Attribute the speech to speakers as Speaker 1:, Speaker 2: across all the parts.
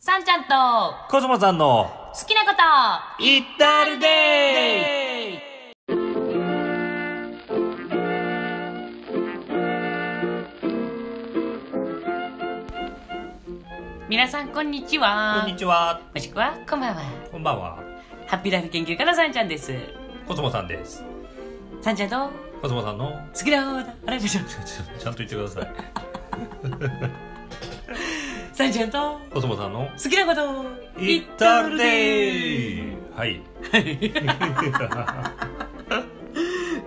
Speaker 1: さんちゃんと
Speaker 2: コスモさんの
Speaker 1: 好きなこと
Speaker 2: イッタールデイ
Speaker 1: 皆さんこんにちは
Speaker 2: こんにちは
Speaker 1: もしくはこんばんは
Speaker 2: こんばんは
Speaker 1: ハッピーライフ研究家のさんちゃんです
Speaker 2: コスモさんです
Speaker 1: さんちゃんと
Speaker 2: コスモさんの
Speaker 1: 好きなことあれでしょ
Speaker 2: ちょちょちゃんと言ってください
Speaker 1: さんちゃんと
Speaker 2: コスモさんの
Speaker 1: 好きなこと
Speaker 2: イッタールデイはい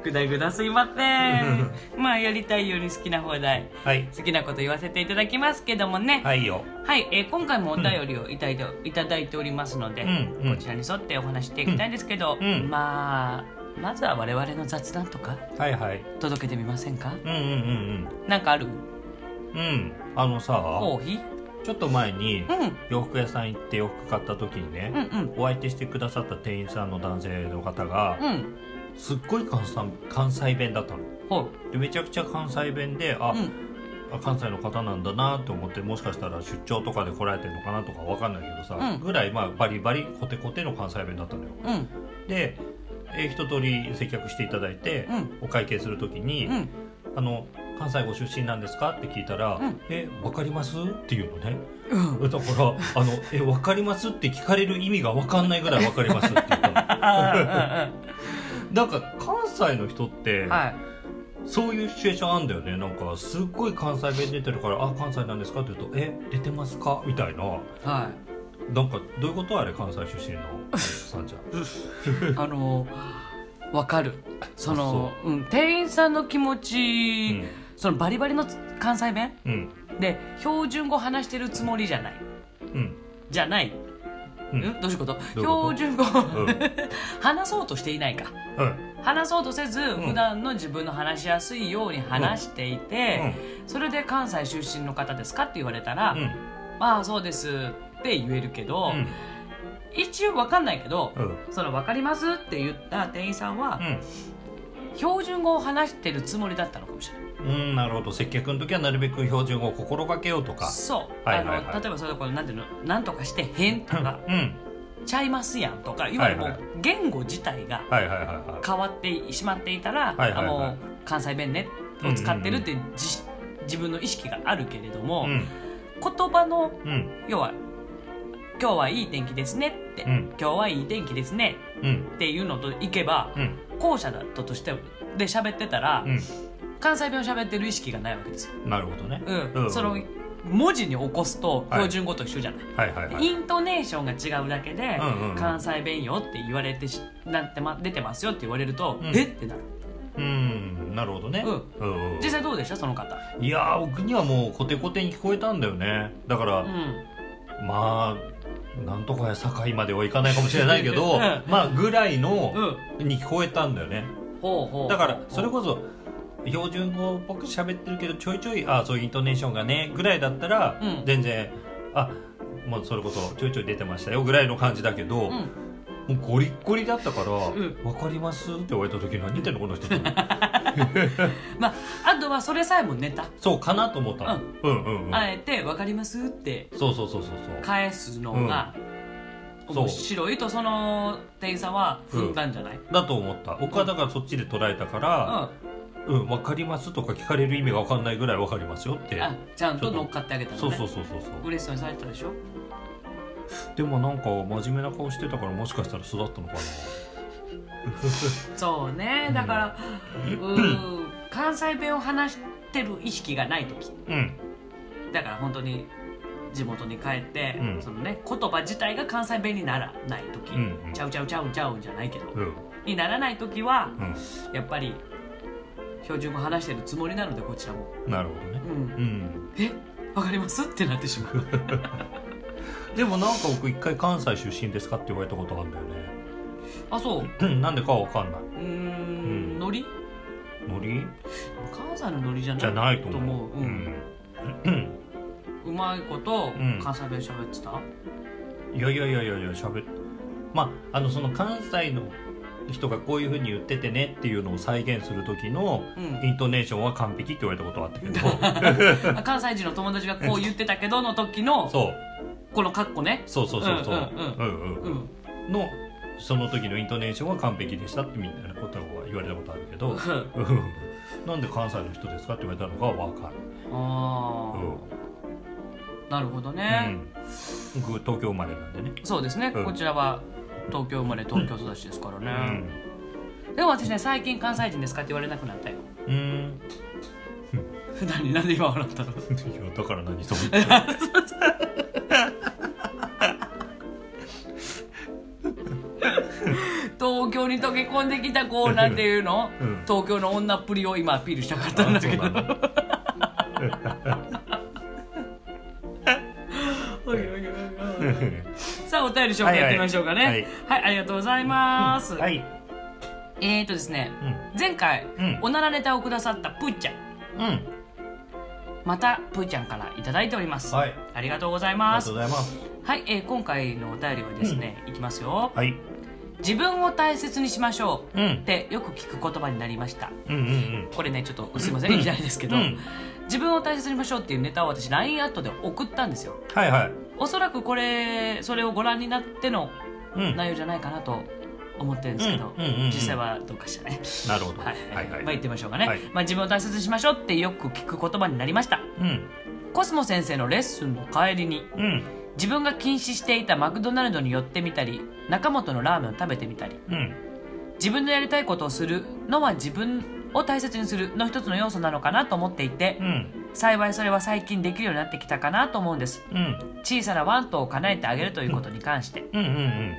Speaker 1: ぐだぐだすいません まあやりたいように好きな放題
Speaker 2: はい
Speaker 1: 好きなこと言わせていただきますけどもね
Speaker 2: はいよ
Speaker 1: はい、えー今回もお便りをいただいて,、いただいておりますので、
Speaker 2: うんうん
Speaker 1: こちらに沿ってお話していきたいんですけど、
Speaker 2: うんうん
Speaker 1: まあまずは我々の雑談とか
Speaker 2: はいはい
Speaker 1: 届けてみませんか
Speaker 2: うんうん
Speaker 1: なんかある
Speaker 2: うんうんうんあのさ
Speaker 1: コーヒー
Speaker 2: ちょっと前に
Speaker 1: うん
Speaker 2: 洋服屋さん行って洋服買った時にね、
Speaker 1: うんうん
Speaker 2: お相手してくださった店員さんの男性の方が、
Speaker 1: うん
Speaker 2: すっごい関西関西弁だったの
Speaker 1: ほ
Speaker 2: でめちゃくちゃ関西弁であ、
Speaker 1: ううん
Speaker 2: あ関西の方なんだなと思ってもしかしたら出張とかで来られてるのかなとかわかんないけどさ、
Speaker 1: うん
Speaker 2: ぐらい、まあ、バリバリコテコテの関西弁だったのよ
Speaker 1: うん
Speaker 2: で、えー一通り接客していただいて、
Speaker 1: うん
Speaker 2: お会計する時に、
Speaker 1: うん
Speaker 2: あの「関西ご出身なんですか?」って聞いたら「
Speaker 1: うん
Speaker 2: えわかります?」っていうのね
Speaker 1: うん
Speaker 2: だから「あのえわかります?」って聞かれる意味がわかんないぐらい「わかります」って 言ったのなんか関西の人って、
Speaker 1: はい
Speaker 2: そういうシチュエーションあんだよねなんかすっごい関西弁出てるから「あ関西なんですか?」って言うと「え出てますか?」みたいな
Speaker 1: は
Speaker 2: なんかどういうことあれ関西出身のさんち ゃん
Speaker 1: いあのわかるそのう、ん、店員さんの気持ち、
Speaker 2: うん
Speaker 1: そのバリバリの関西弁
Speaker 2: うん
Speaker 1: で標準語話してるつもりじゃない
Speaker 2: うん
Speaker 1: じゃない、
Speaker 2: うん
Speaker 1: ん、どういうこと
Speaker 2: どういうこと
Speaker 1: 標準語、
Speaker 2: うん
Speaker 1: 話そうとしていないか
Speaker 2: うん
Speaker 1: 話そうとせず、
Speaker 2: ん
Speaker 1: 普段の自分の話しやすいように話していて、それで関西出身の方ですかって言われたら、
Speaker 2: うんうん
Speaker 1: まあそうですって言えるけど、一応わかんないけど、
Speaker 2: うんうん
Speaker 1: その分かりますって言った店員さんは、標準語を話してるつもりだったのかもしれない
Speaker 2: うんなるほど接客の時はなるべく標準語を心がけようとか
Speaker 1: そう、
Speaker 2: はいはいはい
Speaker 1: あの例えばそういうところなんていうのなんとかしてへんとか、
Speaker 2: うん
Speaker 1: ちゃいますやんとかいわゆるも
Speaker 2: はいは
Speaker 1: う
Speaker 2: い
Speaker 1: 言語自体が
Speaker 2: はいはいはいは
Speaker 1: 変わってしまっていたら、
Speaker 2: はいはいはい
Speaker 1: あの関西弁ねを使ってるってじ、自分の意識があるけれども、
Speaker 2: いうん
Speaker 1: 言葉の
Speaker 2: うん
Speaker 1: 要は「今日はいい天気ですね」って「
Speaker 2: うん
Speaker 1: 今日はいい天気ですね
Speaker 2: うん」
Speaker 1: っていうのといけば
Speaker 2: うん
Speaker 1: 後者だったとしてで喋ってたら、
Speaker 2: う
Speaker 1: 関西弁を喋ってる意識がないわけですよ、
Speaker 2: んなるほどね
Speaker 1: うん
Speaker 2: うん
Speaker 1: その文字に起こすと標準語と一緒じゃない、
Speaker 2: はいはいはい
Speaker 1: イントネーションが違うだけで、
Speaker 2: うんうんうん
Speaker 1: 関西弁よって言われてしなんて、ま、出てますよって言われると、
Speaker 2: うん
Speaker 1: えってなる
Speaker 2: うんなるほどね
Speaker 1: う
Speaker 2: うんうん
Speaker 1: 実際どうでしたその方
Speaker 2: いやー僕にはもうコテコテに聞こえたんだよねだから、
Speaker 1: うん
Speaker 2: まあなんとかや堺まではいかないかもしれないけど、
Speaker 1: うん
Speaker 2: まあぐらいの
Speaker 1: う、ん
Speaker 2: に聞こえたんだよね
Speaker 1: ほうほう
Speaker 2: だからそれ
Speaker 1: こ
Speaker 2: こそ標準語っぽく喋ってるけどちょいちょいああそういうイントネーションがねぐらいだったら、
Speaker 1: うん
Speaker 2: 全然あもうそれこそちょいちょい出てましたよぐらいの感じだけ
Speaker 1: う
Speaker 2: ど、
Speaker 1: ん
Speaker 2: もうゴリッゴリだったから「わ、
Speaker 1: ん
Speaker 2: かります?」って言われた時何言ってんのこの人って
Speaker 1: まああとはそれさえもネタ、
Speaker 2: そうかなと思ったの、うん、うんうん
Speaker 1: あえて「わかります?」って
Speaker 2: そうそうそうそうそう
Speaker 1: 返すのが
Speaker 2: うん
Speaker 1: 面白いとその店員さんは踏んだんじゃない、
Speaker 2: だと思った僕はだからそっちで捉えたから
Speaker 1: う
Speaker 2: 「うん、分かります」とか聞かれる意味が分かんないぐらい分かりますよって
Speaker 1: ん、あちゃんと乗っかってあげたのね
Speaker 2: そうそうそうそうそう
Speaker 1: 嬉しそうにされてたでしょ
Speaker 2: でもなんか真面目な顔してたからもしかしたら育ったのかな
Speaker 1: そうねだ から、うーん関西弁を話してる意識がない時
Speaker 2: うん
Speaker 1: だから本当に地元に帰って、
Speaker 2: うん
Speaker 1: そのね言葉自体が関西弁にならない時、
Speaker 2: うんうん
Speaker 1: ちゃうちゃうちゃうちゃうじゃないけど、
Speaker 2: うん
Speaker 1: にならない時は、
Speaker 2: う
Speaker 1: やっぱり標準語話してるつもりなのでこちらも、
Speaker 2: んなるほどね
Speaker 1: うん、
Speaker 2: うん
Speaker 1: えわかりますってなってしまう
Speaker 2: でもなんか僕一回関西出身ですかって言われたことあるんだよね
Speaker 1: あそう
Speaker 2: うんなんでかは分かんないう
Speaker 1: ーんノリ
Speaker 2: ノリ
Speaker 1: 関西のノリじゃない
Speaker 2: じゃないと思う
Speaker 1: ううん
Speaker 2: うん
Speaker 1: うまいこと
Speaker 2: うん
Speaker 1: 関西弁喋ってた、
Speaker 2: いやいやいやいやいや喋っまああのその関西の人がこういうふうに言っててねっていうのを再現する時の
Speaker 1: うん
Speaker 2: イントネーションは完璧って言われたことはあったけど
Speaker 1: あ関西人の友達がこう言ってたけどの時の
Speaker 2: そう
Speaker 1: このカッコね
Speaker 2: そうそうそうそう
Speaker 1: うん
Speaker 2: うんうん
Speaker 1: う
Speaker 2: うん
Speaker 1: ん
Speaker 2: のその時のイントネーションは完璧でしたってみたいなことは言われたことあるけどうんなんで関西の人ですかって言われたのが分かる、
Speaker 1: ああ、なるほど
Speaker 2: う
Speaker 1: ね、
Speaker 2: ん、僕東京生まれなんでね、
Speaker 1: そうですね、
Speaker 2: うん
Speaker 1: こちらは東京生まれ東京育ちですから
Speaker 2: う
Speaker 1: ね、でも私ね最近関西人ですかって言われなくなったよ
Speaker 2: うん
Speaker 1: 何なんで今笑ったの
Speaker 2: いやだから何そう
Speaker 1: 東京に溶け込んできたこうなんていうの、
Speaker 2: うん
Speaker 1: 東京の女っぷりを今アピールしたかったん
Speaker 2: あ
Speaker 1: だ
Speaker 2: そう
Speaker 1: け
Speaker 2: な
Speaker 1: ど
Speaker 2: の
Speaker 1: おいおいおいおいさあお便り紹介やってみましょうかねは
Speaker 2: はいい、
Speaker 1: ありがとうございます、
Speaker 2: はい
Speaker 1: えーとですね、
Speaker 2: う
Speaker 1: 前回、
Speaker 2: うん
Speaker 1: おならネタをくださったぷーちゃん
Speaker 2: うん
Speaker 1: またぷーちゃんからいただいております、
Speaker 2: はい
Speaker 1: ありがとうござい
Speaker 2: あり
Speaker 1: ま
Speaker 2: がと
Speaker 1: す
Speaker 2: うございます
Speaker 1: はい、えー今回のお便りはですね、いきますよ
Speaker 2: はい
Speaker 1: 自分を大切にしましょう、
Speaker 2: うん
Speaker 1: ってよく聞く言葉になりました
Speaker 2: うんうんうん
Speaker 1: これねちょっとすいませんいきなりですけど、
Speaker 2: うん
Speaker 1: 自分を大切にしましょうっていうネタを私 LINE アットで送ったんですよ
Speaker 2: はいはい
Speaker 1: おそらくこれそれをご覧になっての
Speaker 2: うん
Speaker 1: 内容じゃないかなと思ってるんですけど、
Speaker 2: うんうんうんうん
Speaker 1: 実際はどうかしらね
Speaker 2: なるほど
Speaker 1: はいはい、まあ言ってみましょうかね、
Speaker 2: はい
Speaker 1: まあ、自分を大切にしましょうってよく聞く言葉になりました
Speaker 2: うん
Speaker 1: コスモ先生のレッスンの帰りに
Speaker 2: うん
Speaker 1: 自分が禁止していたマクドナルドに寄ってみたり中本のラーメンを食べてみたり
Speaker 2: うん
Speaker 1: 自分のやりたいことをするのは自分を大切にするの一つの要素なのかなと思っていて
Speaker 2: うん
Speaker 1: 幸いそれは最近できるようになってきたかなと思うんです
Speaker 2: うん
Speaker 1: 小さなワントを叶えてあげるということに関して
Speaker 2: うんうん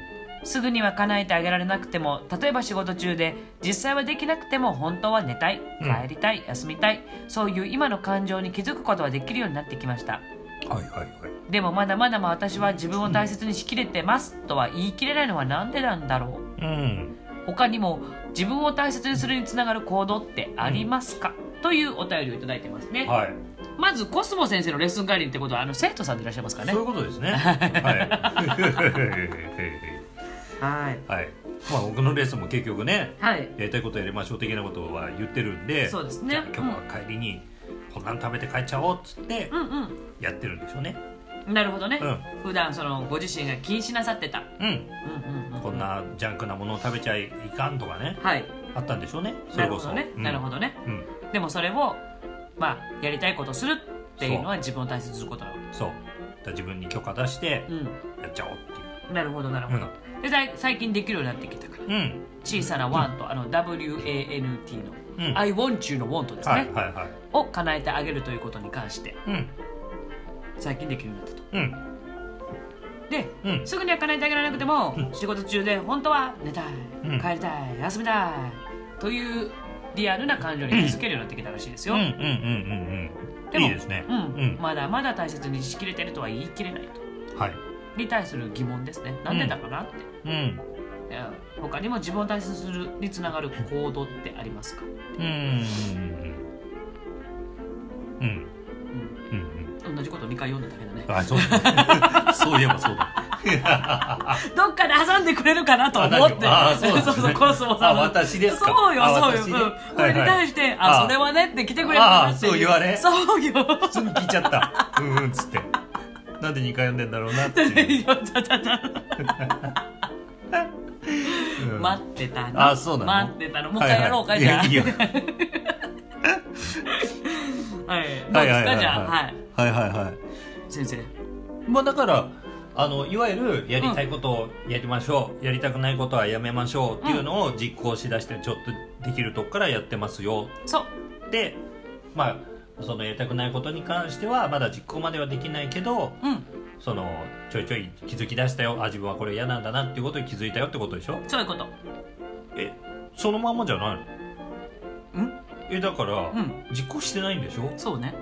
Speaker 1: すぐには叶えてあげられなくても例えば仕事中で実際はできなくても本当は寝たい
Speaker 2: うん
Speaker 1: 帰りたい、休みたいそういう今の感情に気づくことはできるようになってきました
Speaker 2: はいはいはい
Speaker 1: でもまだまだまあ私は自分を大切にしきれてますとは言い切れないのはなんでなんだろ
Speaker 2: うん
Speaker 1: う他にも自分を大切にするにつながる行動ってありますか、というお便りをいただいてますね、
Speaker 2: はい
Speaker 1: まずコスモ先生のレッスン帰りってことはあの生徒さんでいらっしゃいますかね
Speaker 2: そういうこ とですね
Speaker 1: は
Speaker 2: はい
Speaker 1: い
Speaker 2: はいまあ僕のレースも結局ね
Speaker 1: はい
Speaker 2: やりたいことやりましょう的なことは言ってるんで
Speaker 1: そうですね
Speaker 2: じゃあ今日は帰りにこんなの食べて帰っちゃおうっつって
Speaker 1: うん
Speaker 2: やってるんでしょうね
Speaker 1: うんなるほどね、
Speaker 2: う
Speaker 1: 普段そのご自身が禁止なさってた
Speaker 2: うん
Speaker 1: うんうんうん
Speaker 2: こんなジャンクなものを食べちゃいかんとかね
Speaker 1: はい
Speaker 2: あったんでしょうねそ
Speaker 1: な
Speaker 2: れ
Speaker 1: る
Speaker 2: こ
Speaker 1: ほ
Speaker 2: そ
Speaker 1: どね、なるほ
Speaker 2: ど
Speaker 1: どね
Speaker 2: うん
Speaker 1: でもそれをまあやりたいことするっていうのは自分を大切にすることだ
Speaker 2: そうだから自分に許可出して
Speaker 1: う
Speaker 2: やっちゃおうって
Speaker 1: んなるほどなるほど、でさい最近できるようになってきたから
Speaker 2: いううん
Speaker 1: 小さなワンと、あの WANT の、
Speaker 2: うん
Speaker 1: I want you の want ですね、
Speaker 2: はいはいはい
Speaker 1: を叶えてあげるということに関して
Speaker 2: うん
Speaker 1: 最近できるようになったと
Speaker 2: うん
Speaker 1: で、
Speaker 2: うん
Speaker 1: すぐには叶えてあげられなくても、
Speaker 2: うん
Speaker 1: 仕事中で本当は寝たい、
Speaker 2: うん
Speaker 1: 帰りたい休みたいというリアルな感情に気づけるようになってきたらしいです
Speaker 2: うん
Speaker 1: よ、
Speaker 2: うんうんうんう
Speaker 1: で
Speaker 2: ん
Speaker 1: も
Speaker 2: いいですね
Speaker 1: うんまだまだ大切にしきれてるとは言い切れないと
Speaker 2: はい
Speaker 1: に対する疑問ですねなんでだかなって、
Speaker 2: うん
Speaker 1: いや他にも自分を大切にするにつながる行動ってありますか、
Speaker 2: うんうん
Speaker 1: うん、
Speaker 2: うんうん
Speaker 1: 同じこと2回読んだだけだね
Speaker 2: あそうだそういえばそうだ
Speaker 1: どっかで挟んでくれるかなと思って
Speaker 2: あ何をあそうなんです
Speaker 1: そうそう
Speaker 2: ね
Speaker 1: コスモさ
Speaker 2: あ
Speaker 1: んの
Speaker 2: 私ですか
Speaker 1: そうよ
Speaker 2: あ
Speaker 1: そうよ、
Speaker 2: 私ね
Speaker 1: うんこれに対して、
Speaker 2: はい
Speaker 1: あ
Speaker 2: あ
Speaker 1: それはねって来てくれるかなってい
Speaker 2: あそう言われ
Speaker 1: そうよ
Speaker 2: 普通に聞いちゃったうんうんっつってなんで2回読んでんだろうな っていう、うん
Speaker 1: 待ってたの
Speaker 2: あそうなの
Speaker 1: 待ってたのもう一回やろうか、
Speaker 2: はい
Speaker 1: じゃ
Speaker 2: は
Speaker 1: あ
Speaker 2: いいやいや
Speaker 1: はいどう
Speaker 2: は
Speaker 1: で
Speaker 2: いは
Speaker 1: す
Speaker 2: い
Speaker 1: か
Speaker 2: はい
Speaker 1: じゃあはい
Speaker 2: はいはいはい
Speaker 1: 先生
Speaker 2: まあだからあのいわゆるやりたいことをやりましょう、やりたくないことはやめましょうっていうのを実行しだしてちょっとできるとこからやってますよ
Speaker 1: そう
Speaker 2: でまあそのやりたくないことに関してはまだ実行まではできないけど
Speaker 1: うん
Speaker 2: そのちょいちょい気づき出したよあ自分はこれ嫌なんだなっていうことに気づいたよってことでしょ
Speaker 1: そういうこと
Speaker 2: えそのまんまじゃないの
Speaker 1: ん
Speaker 2: えだから、
Speaker 1: うん
Speaker 2: 実行してないんでしょ
Speaker 1: そうね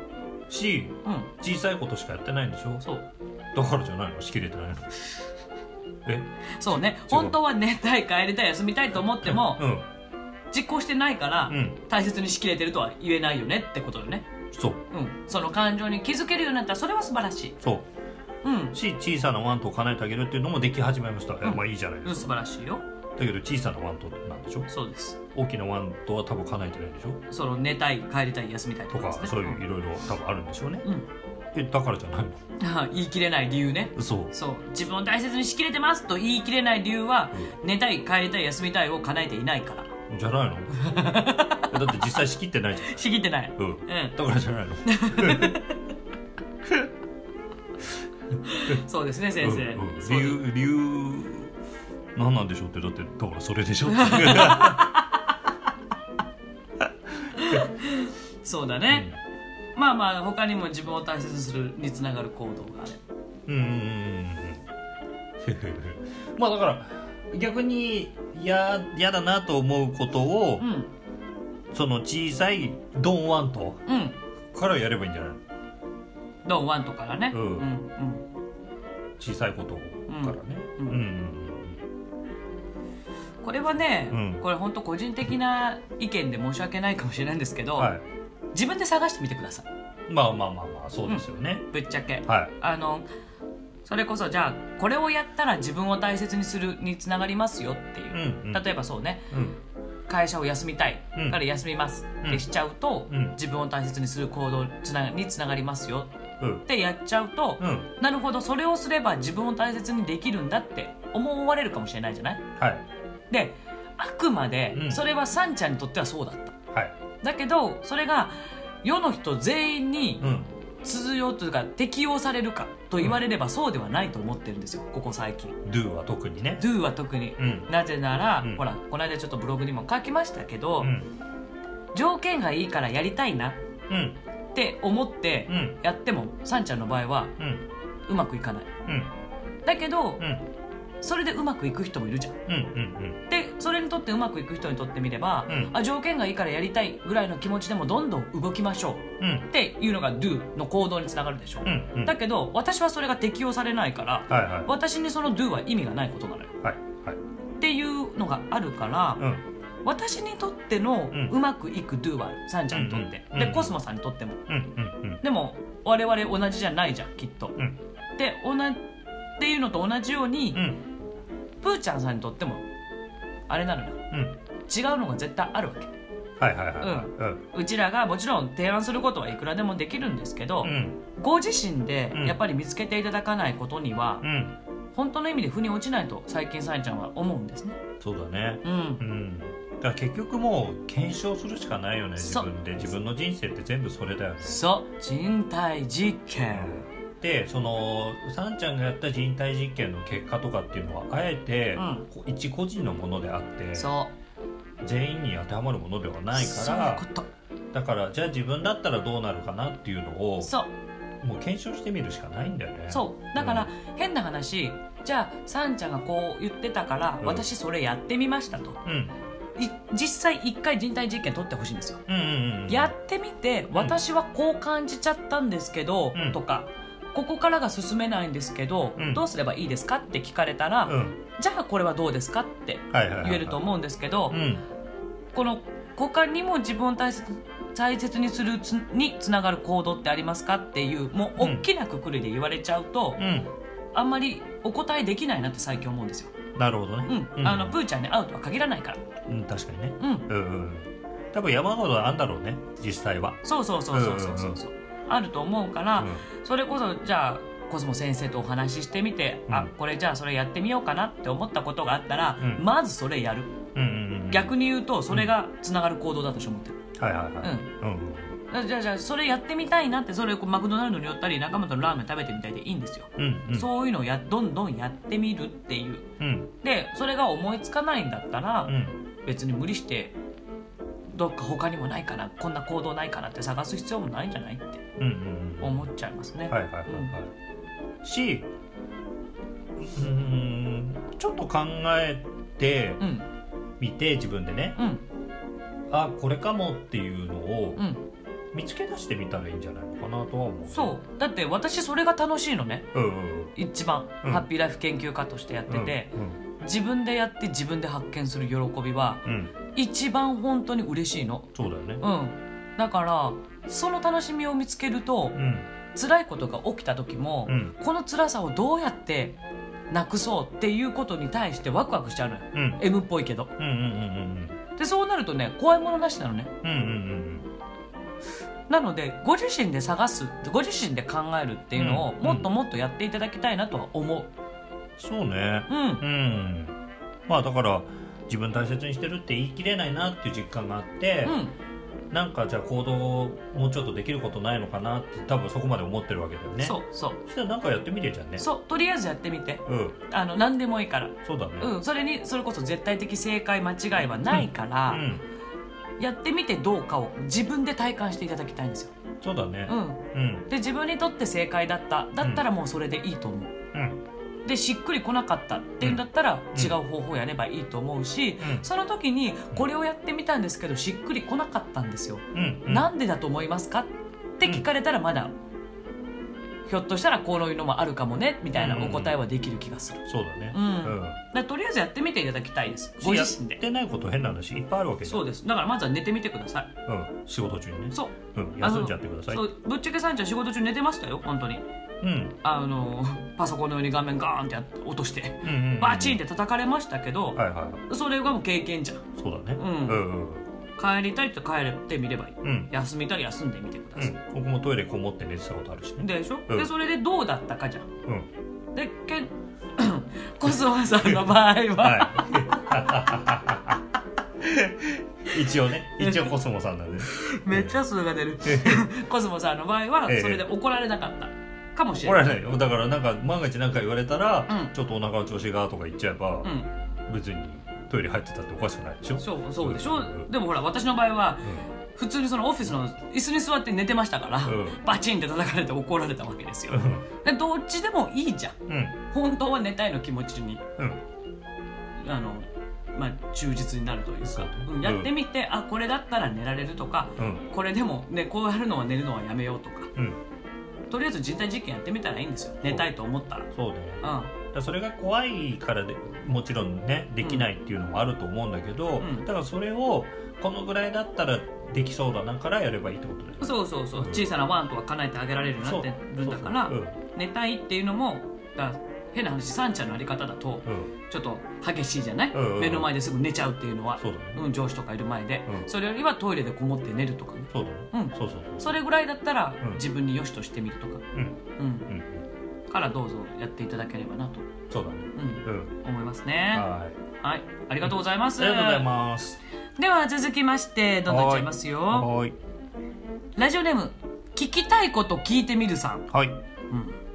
Speaker 2: し
Speaker 1: うん
Speaker 2: 小さいことしかやってないんでしょ
Speaker 1: そう
Speaker 2: だからじゃないのしきれてないのえ
Speaker 1: そうね
Speaker 2: 違う
Speaker 1: 本当は寝たい帰りたい休みたいと思っても
Speaker 2: うん
Speaker 1: 実行してないから、
Speaker 2: うん
Speaker 1: 大切にしきれてるとは言えないよねってことよね
Speaker 2: そう
Speaker 1: うんその感情に気づけるようになったらそれは素晴らしい
Speaker 2: そ
Speaker 1: うん
Speaker 2: うし小さなワントを叶えてあげるっていうのもでき始めました、
Speaker 1: ん
Speaker 2: まあいいじゃないで
Speaker 1: うん
Speaker 2: す
Speaker 1: 素
Speaker 2: か、
Speaker 1: 晴らしいよ
Speaker 2: だけど小さなワントなんでしょ
Speaker 1: そうです
Speaker 2: 大きなワントは多分叶えてないでしょ
Speaker 1: その寝たい帰りたい休みたい
Speaker 2: と
Speaker 1: とか
Speaker 2: か
Speaker 1: ですね
Speaker 2: そういういろいろ多分あるんでしょうね、
Speaker 1: うん
Speaker 2: えだからじゃないの
Speaker 1: 言い切れない理由ね
Speaker 2: そう
Speaker 1: そう自分を大切にしきれてますと言い切れない理由は、寝たい帰りたい休みたいを叶えていないから
Speaker 2: じゃないの えだって実際仕切ってないじゃ
Speaker 1: しきってない
Speaker 2: んうん、
Speaker 1: ん
Speaker 2: だからじ ゃないの
Speaker 1: そうですね先生、
Speaker 2: うんうん
Speaker 1: そう
Speaker 2: 理
Speaker 1: です
Speaker 2: 由理由何なんでしょうってだってだからそれでしょって
Speaker 1: そうだね、まあまあ他にも自分を大切にするにつながる行動がある
Speaker 2: うんうんうんうんうんまあだから逆に嫌嫌だなと思うことを、
Speaker 1: うん
Speaker 2: その小さいドンワント
Speaker 1: うん
Speaker 2: からやればいいんじゃないの
Speaker 1: ドンワンとからね
Speaker 2: うん
Speaker 1: うんうん
Speaker 2: 小さいことからね
Speaker 1: うん
Speaker 2: うん
Speaker 1: これはね、
Speaker 2: うん
Speaker 1: これ本当個人的な意見で申し訳ないかもしれないんですけど、
Speaker 2: は
Speaker 1: 自分で探してみてください
Speaker 2: いまあまあまあまあそうですよね、
Speaker 1: ぶっちゃけ
Speaker 2: はい
Speaker 1: あのそれこそじゃあこれをやったら自分を大切にするにつながりますよっていう、
Speaker 2: うんうん
Speaker 1: 例えばそうね
Speaker 2: うん
Speaker 1: 会社を休みたい
Speaker 2: うん
Speaker 1: から休みますっ
Speaker 2: うん
Speaker 1: てしちゃうと、
Speaker 2: うん
Speaker 1: 自分を大切にする行動つなにつながりますよ
Speaker 2: うん
Speaker 1: ってやっちゃうと、
Speaker 2: うん
Speaker 1: なるほどそれをすれば自分を大切にできるんだって思われるかもしれないじゃない
Speaker 2: はい
Speaker 1: であくまで
Speaker 2: うん
Speaker 1: それはサンちゃんにとってはそうだった、
Speaker 2: はい
Speaker 1: だけどそれが世の人全員に
Speaker 2: うん
Speaker 1: 通用というか適用されるかと言われればそうではないと思ってるんですよここ最近
Speaker 2: Do は特にね
Speaker 1: Do は特に、
Speaker 2: うん
Speaker 1: なぜなら、
Speaker 2: うん
Speaker 1: ほらこの間ちょっとブログにも書きましたけど、
Speaker 2: うん
Speaker 1: 条件がいいからやりたいな
Speaker 2: うん
Speaker 1: って思って
Speaker 2: うん
Speaker 1: やっても、サンちゃんの場合は
Speaker 2: うん
Speaker 1: うまくいかない
Speaker 2: うん
Speaker 1: だけど、
Speaker 2: うん
Speaker 1: それでうまくいく人もいるじゃん
Speaker 2: うんうん
Speaker 1: でそれにとってうまくいく人にとってみれば、
Speaker 2: うん
Speaker 1: あ条件がいいからやりたいぐらいの気持ちでもどんどん動きましょ
Speaker 2: うんうん
Speaker 1: うっていうのが Do の行動につながるでしょ、
Speaker 2: うんうん
Speaker 1: だけど私はそれが適用されないから、
Speaker 2: はいはい
Speaker 1: 私にその Do は意味がないことなのよ
Speaker 2: はいはい
Speaker 1: っていうのがあるから、
Speaker 2: うん
Speaker 1: 私にとっての
Speaker 2: うん
Speaker 1: うまくいく Do はあるサンちゃんにとって、
Speaker 2: うんうん
Speaker 1: で
Speaker 2: うん
Speaker 1: コスモさんにとっても
Speaker 2: うんうん
Speaker 1: でも我々同じじゃないじゃんきっと、
Speaker 2: ん
Speaker 1: で同じっていうのと同じように、
Speaker 2: うん
Speaker 1: プーちゃんさんにとってもあれなのよ
Speaker 2: うんうん
Speaker 1: 違うのが絶対あるわけ
Speaker 2: はいはいはいうん
Speaker 1: うちらがもちろん提案することはいくらでもできるんですけど、
Speaker 2: うん
Speaker 1: ご自身で
Speaker 2: うん
Speaker 1: やっぱり見つけていただかないことには、
Speaker 2: うん
Speaker 1: 本当の意味で腑に落ちないと最近サンちゃんは思うんですね
Speaker 2: そうだね
Speaker 1: うん
Speaker 2: うんだから結局もう検証するしかないよね自
Speaker 1: そう
Speaker 2: 分で自分の人生って全部それだよね
Speaker 1: そう人体実験
Speaker 2: でそのさんちゃんがやった人体実験の結果とかっていうのはあえて、
Speaker 1: うん
Speaker 2: こう一個人のものであって
Speaker 1: そ
Speaker 2: 全員に当てはまるものでは
Speaker 1: う
Speaker 2: ないか
Speaker 1: そういう
Speaker 2: ら
Speaker 1: こと
Speaker 2: だからじゃあ自分だったらどうなるかなっていうのを
Speaker 1: そう
Speaker 2: もう検証してみるしかないんだよね
Speaker 1: そうだから、変な話じゃあサンちゃんがこう言ってたから、
Speaker 2: うん
Speaker 1: 私それやってみましたと
Speaker 2: うん、うん
Speaker 1: い実際一回人体実験取ってほしいんですよ
Speaker 2: うんうんうん
Speaker 1: やってみて私はこう感じちゃったんですけど、
Speaker 2: うん
Speaker 1: とかここからが進めないんですけど、
Speaker 2: うん
Speaker 1: どうすればいいですかって聞かれたら、
Speaker 2: うん
Speaker 1: じゃあこれはどうですかって
Speaker 2: はいはいはいはい
Speaker 1: 言えると思うんですけど、
Speaker 2: うん
Speaker 1: この他にも自分を大切大切にするつにつながる行動ってありますかっていうもう
Speaker 2: うん
Speaker 1: 大きなくくりで言われちゃうと、
Speaker 2: う
Speaker 1: あんまりお答えできないなって最近思うんですよ。
Speaker 2: んなるほどね
Speaker 1: うん、あのプーちゃんに会うとは限らないから。
Speaker 2: うん確かにね
Speaker 1: うん、
Speaker 2: うんうん多分山ほどあんだろうね実際は
Speaker 1: そうそうそうそうそうそうそう、あると思うから。それこそじゃあコスモ先生とお話ししてみて、
Speaker 2: うん
Speaker 1: あこれじゃあそれやってみようかなって思ったことがあったら、
Speaker 2: うん
Speaker 1: まずそれやる
Speaker 2: うんうんうんうん
Speaker 1: 逆に言うとそれがつながる行動だと私思ってる
Speaker 2: はいはいはいうん
Speaker 1: だからじゃあじゃあそれやってみたいなってそれをこうマクドナルドに寄ったり仲間とラーメン食べてみたいでいいんですよ、
Speaker 2: うんうんうん
Speaker 1: そういうのをやどんどんやってみるっていう
Speaker 2: うん
Speaker 1: でそれが思いつかないんだったら、
Speaker 2: うん
Speaker 1: 別に無理してどっか他にもないかなこんな行動ないかなって探す必要もないんじゃないって
Speaker 2: うんうんうん
Speaker 1: 思っちゃいますね、
Speaker 2: はいはいはいはいしうーんちょっと考えて
Speaker 1: うん
Speaker 2: みて自分でね
Speaker 1: うん
Speaker 2: あこれかもっていうのを
Speaker 1: うん
Speaker 2: 見つけ出してみたらいいんじゃないのかなとは思う
Speaker 1: そうだって私それが楽しいのね
Speaker 2: うんうん
Speaker 1: 一番、
Speaker 2: うん
Speaker 1: ハッピーライフ研究家としてやっ
Speaker 2: う
Speaker 1: て
Speaker 2: ん
Speaker 1: て、
Speaker 2: うん
Speaker 1: 自分でやって自分で発見する喜びは
Speaker 2: うん
Speaker 1: 一番本当に嬉しいの
Speaker 2: そうだよね
Speaker 1: うんだからその楽しみを見つけると
Speaker 2: うん
Speaker 1: 辛いことが起きた時も、
Speaker 2: うん
Speaker 1: この辛さをどうやってなくそうっていうことに対してワクワクしちゃうのよ
Speaker 2: うん
Speaker 1: M っぽいけど
Speaker 2: うんうんうんうんうん
Speaker 1: でそうなるとね怖いものなしなのね
Speaker 2: うんうんうんうん
Speaker 1: なのでご自身で探すご自身で考えるっていうのを
Speaker 2: うん
Speaker 1: もっともっとやっていただきたいなとは思う
Speaker 2: そうね
Speaker 1: うん
Speaker 2: うんまあだから自分大切にしてるって言い切れないなっていう実感があって、
Speaker 1: うん
Speaker 2: なんかじゃあ行動をもうちょっとできることないのかなって多分そこまで思ってるわけだよね
Speaker 1: そうそう
Speaker 2: そしたらなんかやってみてじゃんね
Speaker 1: そうとりあえずやってみて
Speaker 2: うん
Speaker 1: あの何でもいいから
Speaker 2: そうだね
Speaker 1: うんそれにそれこそ絶対的正解間違いはないから、
Speaker 2: うん
Speaker 1: やってみてどうかを自分で体感していただきたいんですよ、
Speaker 2: そうだね
Speaker 1: うん、
Speaker 2: うん
Speaker 1: で自分にとって正解だっただったらもうそれでいいと思う
Speaker 2: うん
Speaker 1: でしっくりこなかったっていうんだったら
Speaker 2: うん
Speaker 1: 違う方法やればいいと思うし、
Speaker 2: うん
Speaker 1: その時にこれをやってみたんですけどしっくりこなかったんですよ、
Speaker 2: うんうん
Speaker 1: なんでだと思いますかって聞かれたらまだ、ひょっとしたらこういうのもあるかもねみたいなお答えはできる気がする、
Speaker 2: そうだね
Speaker 1: うんだからとりあえずやってみていただきたいです
Speaker 2: し
Speaker 1: ご自身
Speaker 2: やっ
Speaker 1: で
Speaker 2: てないこと変な話いっぱいあるわけじゃん
Speaker 1: そうですだからまずは寝てみてください
Speaker 2: うん仕事中にね
Speaker 1: そう
Speaker 2: うん休んじゃってください
Speaker 1: そうぶっちゃけさんちゃん仕事中寝てましたよ本当に
Speaker 2: うん
Speaker 1: あのパソコンのように画面ガーンってやっ落として
Speaker 2: うんうんうん
Speaker 1: バチンって叩かれましたけど、
Speaker 2: はいはいはい
Speaker 1: それがもう経験じゃん
Speaker 2: そうだね
Speaker 1: うん
Speaker 2: うんうん
Speaker 1: 帰りたいって帰ってみればいい、
Speaker 2: うん
Speaker 1: 休みたら休んでみてくだ
Speaker 2: う
Speaker 1: さい、
Speaker 2: ん僕もトイレこもって寝てたことあるしね
Speaker 1: でしょ、
Speaker 2: うん
Speaker 1: でそれでどうだったかじゃん
Speaker 2: うん
Speaker 1: でけん 小沢さんの場合は、
Speaker 2: はい。 一応ね、一応コスモさ んなんで。
Speaker 1: めっちゃ数が出る コスモさんの場合は
Speaker 2: ええ
Speaker 1: それで怒られなかったかもし
Speaker 2: ほ
Speaker 1: れな
Speaker 2: ら
Speaker 1: い、
Speaker 2: ね、だからなんか万が一なんか言われたら、
Speaker 1: うん
Speaker 2: ちょっとお腹の調子がとか言っちゃえば、
Speaker 1: うん、
Speaker 2: 別にトイレ入ってたっておかしくないでしょ。
Speaker 1: そうそうでしょ、
Speaker 2: うん
Speaker 1: でもほら私の場合は普通にそのオフィスの椅子に座って寝てましたから、
Speaker 2: うん
Speaker 1: バチンって叩かれて怒られたわけですよ、でどっちでもいいじゃん
Speaker 2: うん。うん。
Speaker 1: 本当は寝たいの気持ちに
Speaker 2: うん。
Speaker 1: あの、まあ、忠実になるというか
Speaker 2: そうね
Speaker 1: うんやってみて、あこれだったら寝られるとか、
Speaker 2: うん。
Speaker 1: これでも、ね、こうやるのは寝るのはやめようとか
Speaker 2: うん。
Speaker 1: とりあえず人体実験やってみたらいいんですよ寝たいと思ったら
Speaker 2: そうね。だか
Speaker 1: うん
Speaker 2: らそれが怖いからで、もちろんね、できないっていうのもあると思うんだけど、
Speaker 1: うん
Speaker 2: だからそれを、このぐらいだったらできそうだなからやればいいってことだよね。
Speaker 1: そうそうそう
Speaker 2: うん
Speaker 1: 小さなワンとは叶えてあげられるようになってるんだから
Speaker 2: そうそう
Speaker 1: 寝たいっていうのもだから変な話サンちゃんのやり方だと
Speaker 2: うん。うん。
Speaker 1: ちょっと激しいじゃない、
Speaker 2: うんうん
Speaker 1: 目の前ですぐ寝ちゃうっていうのは
Speaker 2: そうだね。
Speaker 1: うん、上司とかいる前で、
Speaker 2: うん
Speaker 1: それよりはトイレでこもって寝るとかね
Speaker 2: そうだね。
Speaker 1: うん
Speaker 2: そうそうそう。
Speaker 1: それぐらいだったら、
Speaker 2: うん
Speaker 1: 自分に良しとしてみるとか、
Speaker 2: う
Speaker 1: う
Speaker 2: ん。
Speaker 1: ん、
Speaker 2: うん。
Speaker 1: からどうぞやっていただければなと、
Speaker 2: そうだね。
Speaker 1: うん、
Speaker 2: うん。
Speaker 1: 思いますね
Speaker 2: はい。
Speaker 1: はいありがとうございます
Speaker 2: ありがとうございます。
Speaker 1: では続きましてどんどんいっちゃいますよ
Speaker 2: はい。
Speaker 1: ラジオネーム聞きたいこと聞いてみるさん、
Speaker 2: はい。
Speaker 1: う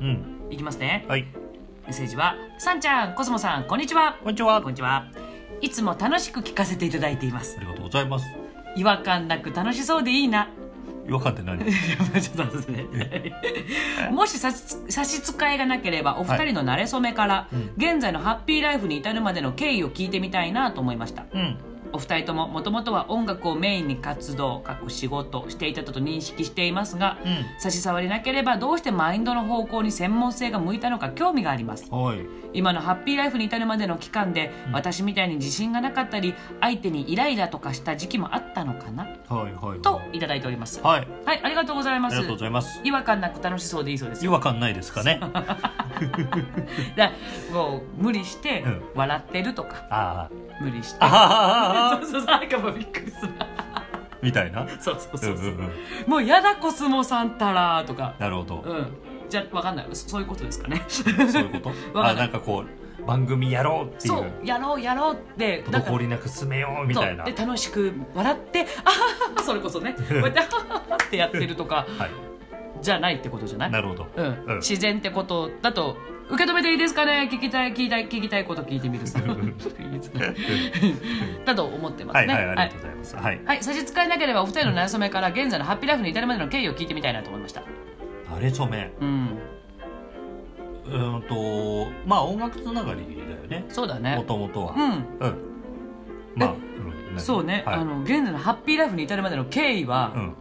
Speaker 2: うん。
Speaker 1: ん、いきますね
Speaker 2: はい。
Speaker 1: メッセージはさんちゃんコスモさんこんにちは
Speaker 2: こんにちは。
Speaker 1: こんにちはいつも楽しく聞かせていただいています
Speaker 2: ありがとうございます。
Speaker 1: 違和感なく楽しそうでいいな
Speaker 2: 違和感って何？
Speaker 1: ちょっと待ってねもし差し差し支えがなければお二人の馴れ初めから、現在のハッピーライフに至るまでの経緯を聞いてみたいなと思いました
Speaker 2: うん。
Speaker 1: お二人とももともとは音楽をメインに活動かっこ仕事していたと認識していますが、
Speaker 2: う
Speaker 1: 差し障りなければどうしてマインドの方向に専門性が向いたのか興味があります
Speaker 2: ん。はい。
Speaker 1: 今のハッピーライフに至るまでの期間で、私みたいに自信がなかったり相手にイライラとかした時期もあったのかな
Speaker 2: はいはい。
Speaker 1: といただいておりますは
Speaker 2: はい。
Speaker 1: いありがとうござい
Speaker 2: あ
Speaker 1: ま
Speaker 2: り
Speaker 1: す
Speaker 2: がとうございます。
Speaker 1: 違和感なく楽しそうでいいそうです
Speaker 2: 違
Speaker 1: よ
Speaker 2: 和感ないです かね？
Speaker 1: だからもう無理して
Speaker 2: うん
Speaker 1: 笑ってるとか、
Speaker 2: あー
Speaker 1: 無理して
Speaker 2: あはは は
Speaker 1: そうそ
Speaker 2: は。
Speaker 1: うそうあかもびっくりする
Speaker 2: みたいな。
Speaker 1: そうそう
Speaker 2: う
Speaker 1: そ
Speaker 2: ん
Speaker 1: う
Speaker 2: う
Speaker 1: そうん
Speaker 2: うん。
Speaker 1: もうやだコスモさんたらとか
Speaker 2: なるほど。
Speaker 1: うんじゃわかんないそそういうことですかね
Speaker 2: そういうこと？
Speaker 1: わか
Speaker 2: あ
Speaker 1: んない
Speaker 2: なんかこう番組やろうってい
Speaker 1: そう
Speaker 2: う。
Speaker 1: やろうやろうってなんか
Speaker 2: 滞りなく進めようみたいな。は
Speaker 1: そう
Speaker 2: い
Speaker 1: で。楽しく笑ってあははそれこそ ねこうやってあははってやってるとかじゃないってことじゃない
Speaker 2: なるほど。
Speaker 1: うん
Speaker 2: うん
Speaker 1: 自然ってことだと受け止めていいですかね聞きたい聞きたい聞きたいこと聞いてみるさ いいですね だと思ってま
Speaker 2: は
Speaker 1: す
Speaker 2: い
Speaker 1: ね
Speaker 2: はいありがとうございます。はい。
Speaker 1: はい差し支えなければお二人の馴れ初めから現在のハッピーライフに至るまでの経緯を聞いてみたいなと思いました
Speaker 2: あれ染
Speaker 1: う
Speaker 2: め。
Speaker 1: ん
Speaker 2: うーんとまあ音楽つながりだよね
Speaker 1: そうだ
Speaker 2: も
Speaker 1: ね
Speaker 2: ともとは
Speaker 1: うん
Speaker 2: うんまあ
Speaker 1: え
Speaker 2: うん
Speaker 1: そうね、
Speaker 2: はい
Speaker 1: あの現在のハッピーライフに至るまでの経緯
Speaker 2: う
Speaker 1: は
Speaker 2: ん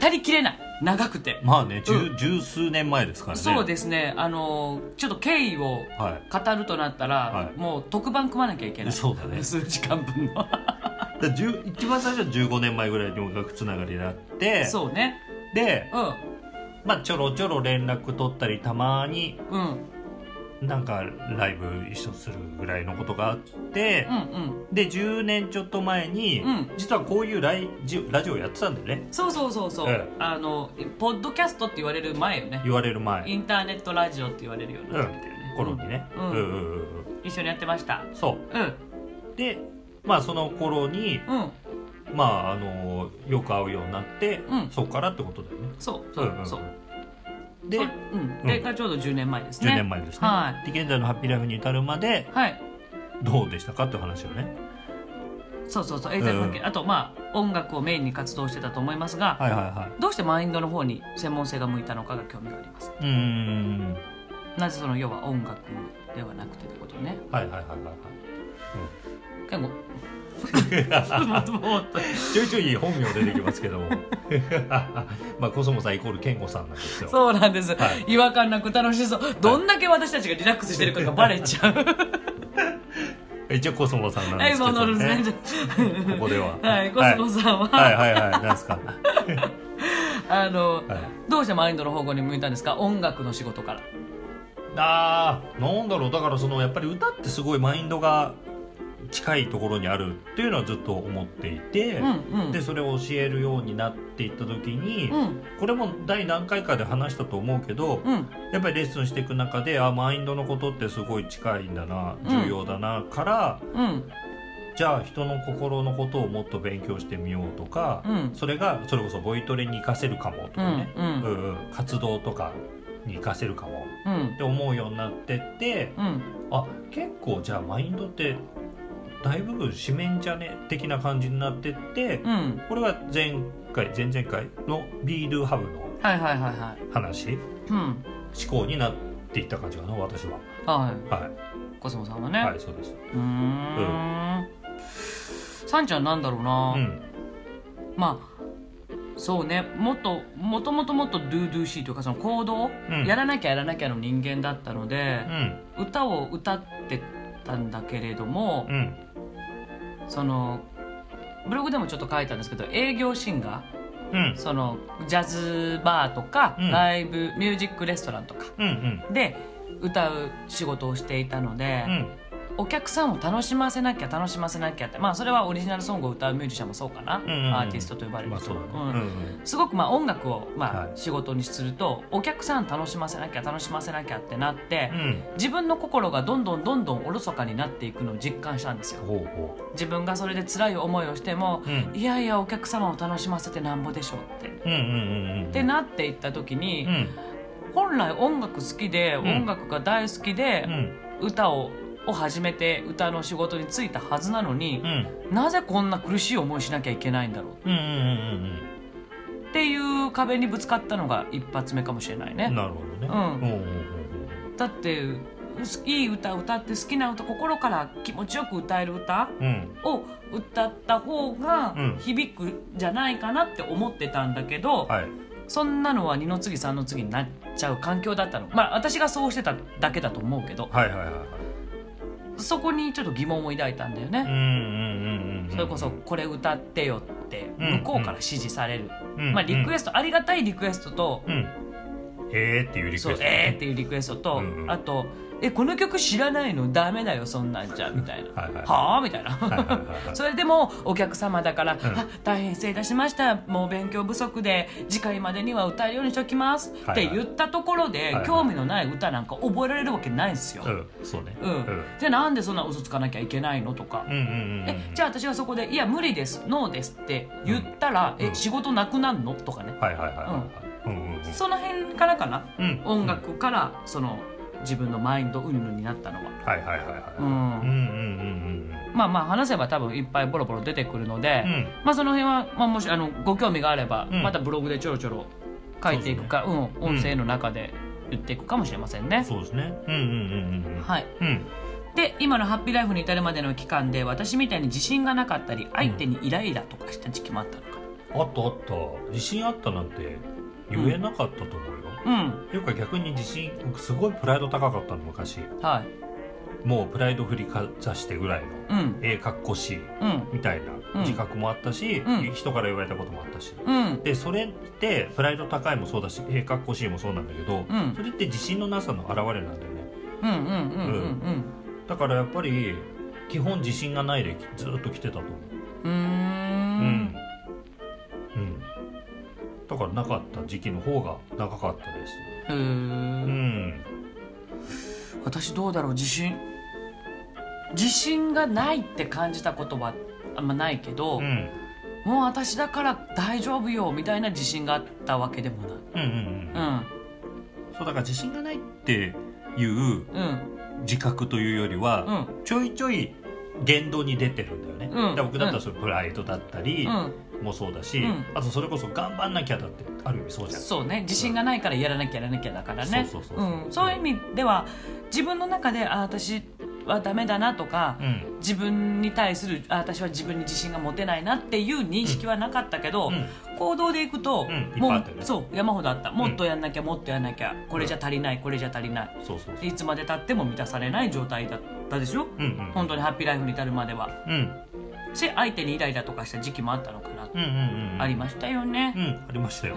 Speaker 1: 語りきれない長くて、
Speaker 2: まあね
Speaker 1: う
Speaker 2: 十十数年前ですからね
Speaker 1: そうですねあのちょっと経緯を
Speaker 2: は
Speaker 1: 語るとなったら、
Speaker 2: はい
Speaker 1: もう特番組まなきゃいけない
Speaker 2: そうだね
Speaker 1: 数時間分の
Speaker 2: いだ十一番最初は15年前ぐらいに音楽つながりがあって
Speaker 1: そうね
Speaker 2: で
Speaker 1: うん
Speaker 2: まあちょろちょろ連絡取ったりたまに
Speaker 1: うん
Speaker 2: なんかライブ一緒するぐらいのことがあって
Speaker 1: う、んうん
Speaker 2: で10年ちょっと前に、
Speaker 1: うん
Speaker 2: 実はこういうライジラジオやってたんだよね
Speaker 1: そうそうそうそう、
Speaker 2: ええ
Speaker 1: あのポッドキャストって言われる前よね
Speaker 2: 言われる前、
Speaker 1: インターネットラジオって言われるよう
Speaker 2: う
Speaker 1: な時だよね、
Speaker 2: ん、頃にね、
Speaker 1: うん
Speaker 2: うんうんうんうん
Speaker 1: 一緒にやってました
Speaker 2: そ
Speaker 1: うん
Speaker 2: うでまあその頃に
Speaker 1: うん
Speaker 2: まああのよく会うようになって、
Speaker 1: うん
Speaker 2: そっからってことだよね
Speaker 1: そう
Speaker 2: うんうんうん
Speaker 1: そう
Speaker 2: で
Speaker 1: そ
Speaker 2: 10
Speaker 1: うん
Speaker 2: うん
Speaker 1: でがちょうど10年前ですね
Speaker 2: 年前ですね、
Speaker 1: は
Speaker 2: で現在のハッピーライフに至るまで
Speaker 1: はい
Speaker 2: どうでしたかって話をね
Speaker 1: そうそうそうえーじゃあ
Speaker 2: うん
Speaker 1: さっきあとまあ音楽をメインに活動してたと思いますが、
Speaker 2: はいはいは
Speaker 1: どうしてマインドの方に専門性が向いたのかが興味があります
Speaker 2: いうーん
Speaker 1: なぜその要は音楽ではなくてってことね
Speaker 2: はいはいはいはいはい
Speaker 1: 結 構もう
Speaker 2: ちょいちょい本名出てきますけども まあコソモさんイコール健吾さんなんですよ
Speaker 1: そうなんです、
Speaker 2: はい
Speaker 1: 違和感なく楽しそうどんだけ私たちがリラックスしてるかがバレちゃう
Speaker 2: 一応コソモさんなん
Speaker 1: は
Speaker 2: で
Speaker 1: い
Speaker 2: すけ
Speaker 1: もう乗
Speaker 2: ど
Speaker 1: るんです
Speaker 2: ね
Speaker 1: ね
Speaker 2: ここでは
Speaker 1: はいコスモさんは、
Speaker 2: はいはいはいはいなんですか
Speaker 1: あの、
Speaker 2: はい
Speaker 1: どうしてマインドの方向に向いたんですか音楽の仕事から
Speaker 2: あーなんだろうだからそのやっぱり歌ってすごいマインドが近いところにあるっていうのはずっと思っていて、
Speaker 1: うんうん
Speaker 2: でそれを教えるようになっていった時に、
Speaker 1: うん
Speaker 2: これも第何回かで話したと思うけど、
Speaker 1: うん
Speaker 2: やっぱりレッスンしていく中であマインドのことってすごい近いんだな
Speaker 1: うん
Speaker 2: 重要だな、から
Speaker 1: うん
Speaker 2: じゃあ人の心のことをもっと勉強してみようとか、
Speaker 1: うん
Speaker 2: それがそれこそボイトレに活かせるかもと
Speaker 1: う
Speaker 2: かね、
Speaker 1: んうん
Speaker 2: うんうん活動とかに活かせるかも
Speaker 1: うん
Speaker 2: って思うようになってって
Speaker 1: うん
Speaker 2: あ結構じゃあマインドって大部分紙面じゃね的な感じになってって、
Speaker 1: うん
Speaker 2: これは前回前々回のビールハブの
Speaker 1: はいはいはいはい
Speaker 2: 話
Speaker 1: うん
Speaker 2: 思考になっていった感じかな私は
Speaker 1: は
Speaker 2: はい、
Speaker 1: コスモさんはいね、
Speaker 2: はい、そうです
Speaker 1: うーんさんちゃんなんだろう
Speaker 2: う
Speaker 1: な、
Speaker 2: ん
Speaker 1: まあそうねもっともともともっとドゥドゥしいというかその行動、
Speaker 2: うん
Speaker 1: やらなきゃやらなきゃの人間だったので
Speaker 2: う、ん
Speaker 1: 歌を歌ってたんだけれども
Speaker 2: う、ん
Speaker 1: そのブログでもちょっと書いたんですけど営業シンガー
Speaker 2: うん
Speaker 1: そのジャズバーとか、
Speaker 2: うん
Speaker 1: ライブミュージックレストランとか
Speaker 2: うんうん
Speaker 1: で歌う仕事をしていたので、
Speaker 2: うん
Speaker 1: お客さんを楽しませなきゃ楽しませなきゃってまあそれはオリジナルソングを歌うミュージシャンもそうかな、
Speaker 2: うんうんうん
Speaker 1: アーティストと呼ばれる
Speaker 2: まあ
Speaker 1: 人、
Speaker 2: そうだね
Speaker 1: うん
Speaker 2: うんうん
Speaker 1: すごくまあ音楽をまあ
Speaker 2: はい
Speaker 1: 仕事にすると、お客さん楽しませなきゃ楽しませなきゃってなって、
Speaker 2: うん
Speaker 1: 自分の心がどんどんどんどんおろそかになっていくのを実感したんですよ
Speaker 2: ほうほ
Speaker 1: 自分がそれで辛い思いをしても、
Speaker 2: ううん
Speaker 1: いやいやお客様を楽しませてなんぼでしょうって、
Speaker 2: うんうんうんうん
Speaker 1: ってなっていった時に
Speaker 2: う、ん
Speaker 1: 本来音楽好きで、
Speaker 2: ん
Speaker 1: 音楽が大好きで
Speaker 2: う、ん
Speaker 1: 歌をを始めて歌の仕事に就いたはずなのに
Speaker 2: う、ん
Speaker 1: なぜこんな苦しい思いしなきゃいけないんだろ
Speaker 2: うんうんうん
Speaker 1: うっていう壁にぶつかったのが一発目かもしれない
Speaker 2: うん
Speaker 1: ね、
Speaker 2: なるほ
Speaker 1: うん
Speaker 2: どねうんうん
Speaker 1: だって好きいい歌を歌って好きな歌心から気持ちよく歌える歌
Speaker 2: うんうん
Speaker 1: を歌った方が
Speaker 2: うん
Speaker 1: 響くじゃないかなって思ってたんだけど、
Speaker 2: はい
Speaker 1: そんなのは二の次三の次になっちゃう環境だったのまあ私がそうしてただけだと思うけど
Speaker 2: はいはいはいはい
Speaker 1: そこにちょっと疑問を抱いたんだよ
Speaker 2: うん
Speaker 1: ね、
Speaker 2: うんうんうんうん
Speaker 1: それこそ「これ歌ってよ」って
Speaker 2: うん
Speaker 1: 向こうから指示される、
Speaker 2: うん
Speaker 1: まあリクエストありがたいリクエストと
Speaker 2: うんえーっていうリクエスト
Speaker 1: そうえーっていうリクエストと、
Speaker 2: うんうん
Speaker 1: あと「えこの曲知らないのダメだよそんなんじゃ」みたいな「
Speaker 2: はいはい
Speaker 1: はあ?」みたい
Speaker 2: はいはい
Speaker 1: な。
Speaker 2: はいはい
Speaker 1: それでもお客様だから「あ大変失礼いたしましたもう勉強不足で次回までには歌えるようにしときます」っ
Speaker 2: はいはい
Speaker 1: て言ったところで、
Speaker 2: いはい
Speaker 1: 興味のない歌なんか覚えられるわけないんですよ。
Speaker 2: うんそうね
Speaker 1: うんじゃあなんでそんな嘘つかなきゃいけないのとか
Speaker 2: うん、うんうん
Speaker 1: えじゃあ私がそこで「いや無理ですノーです」って言ったら「
Speaker 2: うんう
Speaker 1: え
Speaker 2: ん
Speaker 1: 仕事なくなんの?」とかね
Speaker 2: あはいはいはいはいうんうん
Speaker 1: その辺からかな
Speaker 2: うんうん
Speaker 1: 音楽からその自分のマインド云々になったのは、
Speaker 2: はいはいはいはいうんうんうん
Speaker 1: まあまあ話せば多分いっぱいボロボロ出てくるので、
Speaker 2: うん
Speaker 1: まあその辺は、まあ、もしあのご興味があれば、
Speaker 2: うん
Speaker 1: またブログでちょろちょろ書いていくかう、ん、音声の中で言っていくかもしれません
Speaker 2: うん
Speaker 1: ね。
Speaker 2: そうですねうんうんうんうんうん
Speaker 1: はい、
Speaker 2: うん
Speaker 1: で今のハッピーライフに至るまでの期間で私みたいに自信がなかったり相手にイライラとかした時期もあったのか
Speaker 2: あったあった自信あったなんて言えなかったと思うよ、
Speaker 1: うん
Speaker 2: っていうか逆に自信僕すごいプライド高かったの昔
Speaker 1: はい
Speaker 2: もうプライド振りかざしてぐらいの
Speaker 1: うん
Speaker 2: ええかっこしい
Speaker 1: うん
Speaker 2: みたいな自覚もあったし、
Speaker 1: うん
Speaker 2: 人から言われたこともあったし、
Speaker 1: うん
Speaker 2: でそれってプライド高いもそうだしええかっこしいもそうなんだけど、
Speaker 1: うん
Speaker 2: それって自信のなさの表れなんだよね、
Speaker 1: うんうんうん
Speaker 2: だからやっぱり基本自信がないでずっと来てたと思う
Speaker 1: うんうんうー
Speaker 2: うんんうんだからなかった時期の方が長かったです
Speaker 1: へー
Speaker 2: うん
Speaker 1: 私どうだろう自信自信がないって感じたことはあんまないけど、
Speaker 2: うん
Speaker 1: もう私だから大丈夫よみたいな自信があったわけでもない
Speaker 2: うんうんうん
Speaker 1: うん
Speaker 2: そうだから自信がないっていう
Speaker 1: うん
Speaker 2: 自覚というより
Speaker 1: う
Speaker 2: は、
Speaker 1: ん
Speaker 2: ちょいちょい言動に出てるんだよね、
Speaker 1: うん
Speaker 2: だから僕だったらそれプライドだったり
Speaker 1: う
Speaker 2: もそうだし、
Speaker 1: うん
Speaker 2: あとそれこそ頑張んなきゃだってある意味そうじ
Speaker 1: ん
Speaker 2: ゃん
Speaker 1: そうね自信がないからやらなきゃやらなきゃだからね
Speaker 2: そうそうそうそう
Speaker 1: うんそういう意味では自分の中であ私はダメだなとか、
Speaker 2: うん
Speaker 1: 自分に対するあ私は自分に自信が持てないなっていう認識はなかったけど、
Speaker 2: うん
Speaker 1: 行動でいくと、
Speaker 2: うんいっぱい
Speaker 1: も
Speaker 2: あったよ
Speaker 1: う
Speaker 2: ね
Speaker 1: そう山ほどあったもっとやんなきゃ、もっとやんなきゃこれじゃ足りないこれじゃ足りない
Speaker 2: そうそう
Speaker 1: でいつまでたっても満たされない状態だったでしょ、
Speaker 2: うんうん
Speaker 1: 本当にハッピーライフに至るまでは
Speaker 2: うん
Speaker 1: し相手にイライラとかした時期もあったのかな、
Speaker 2: うんうんうん
Speaker 1: ありましたよね
Speaker 2: う、んあり ましたよ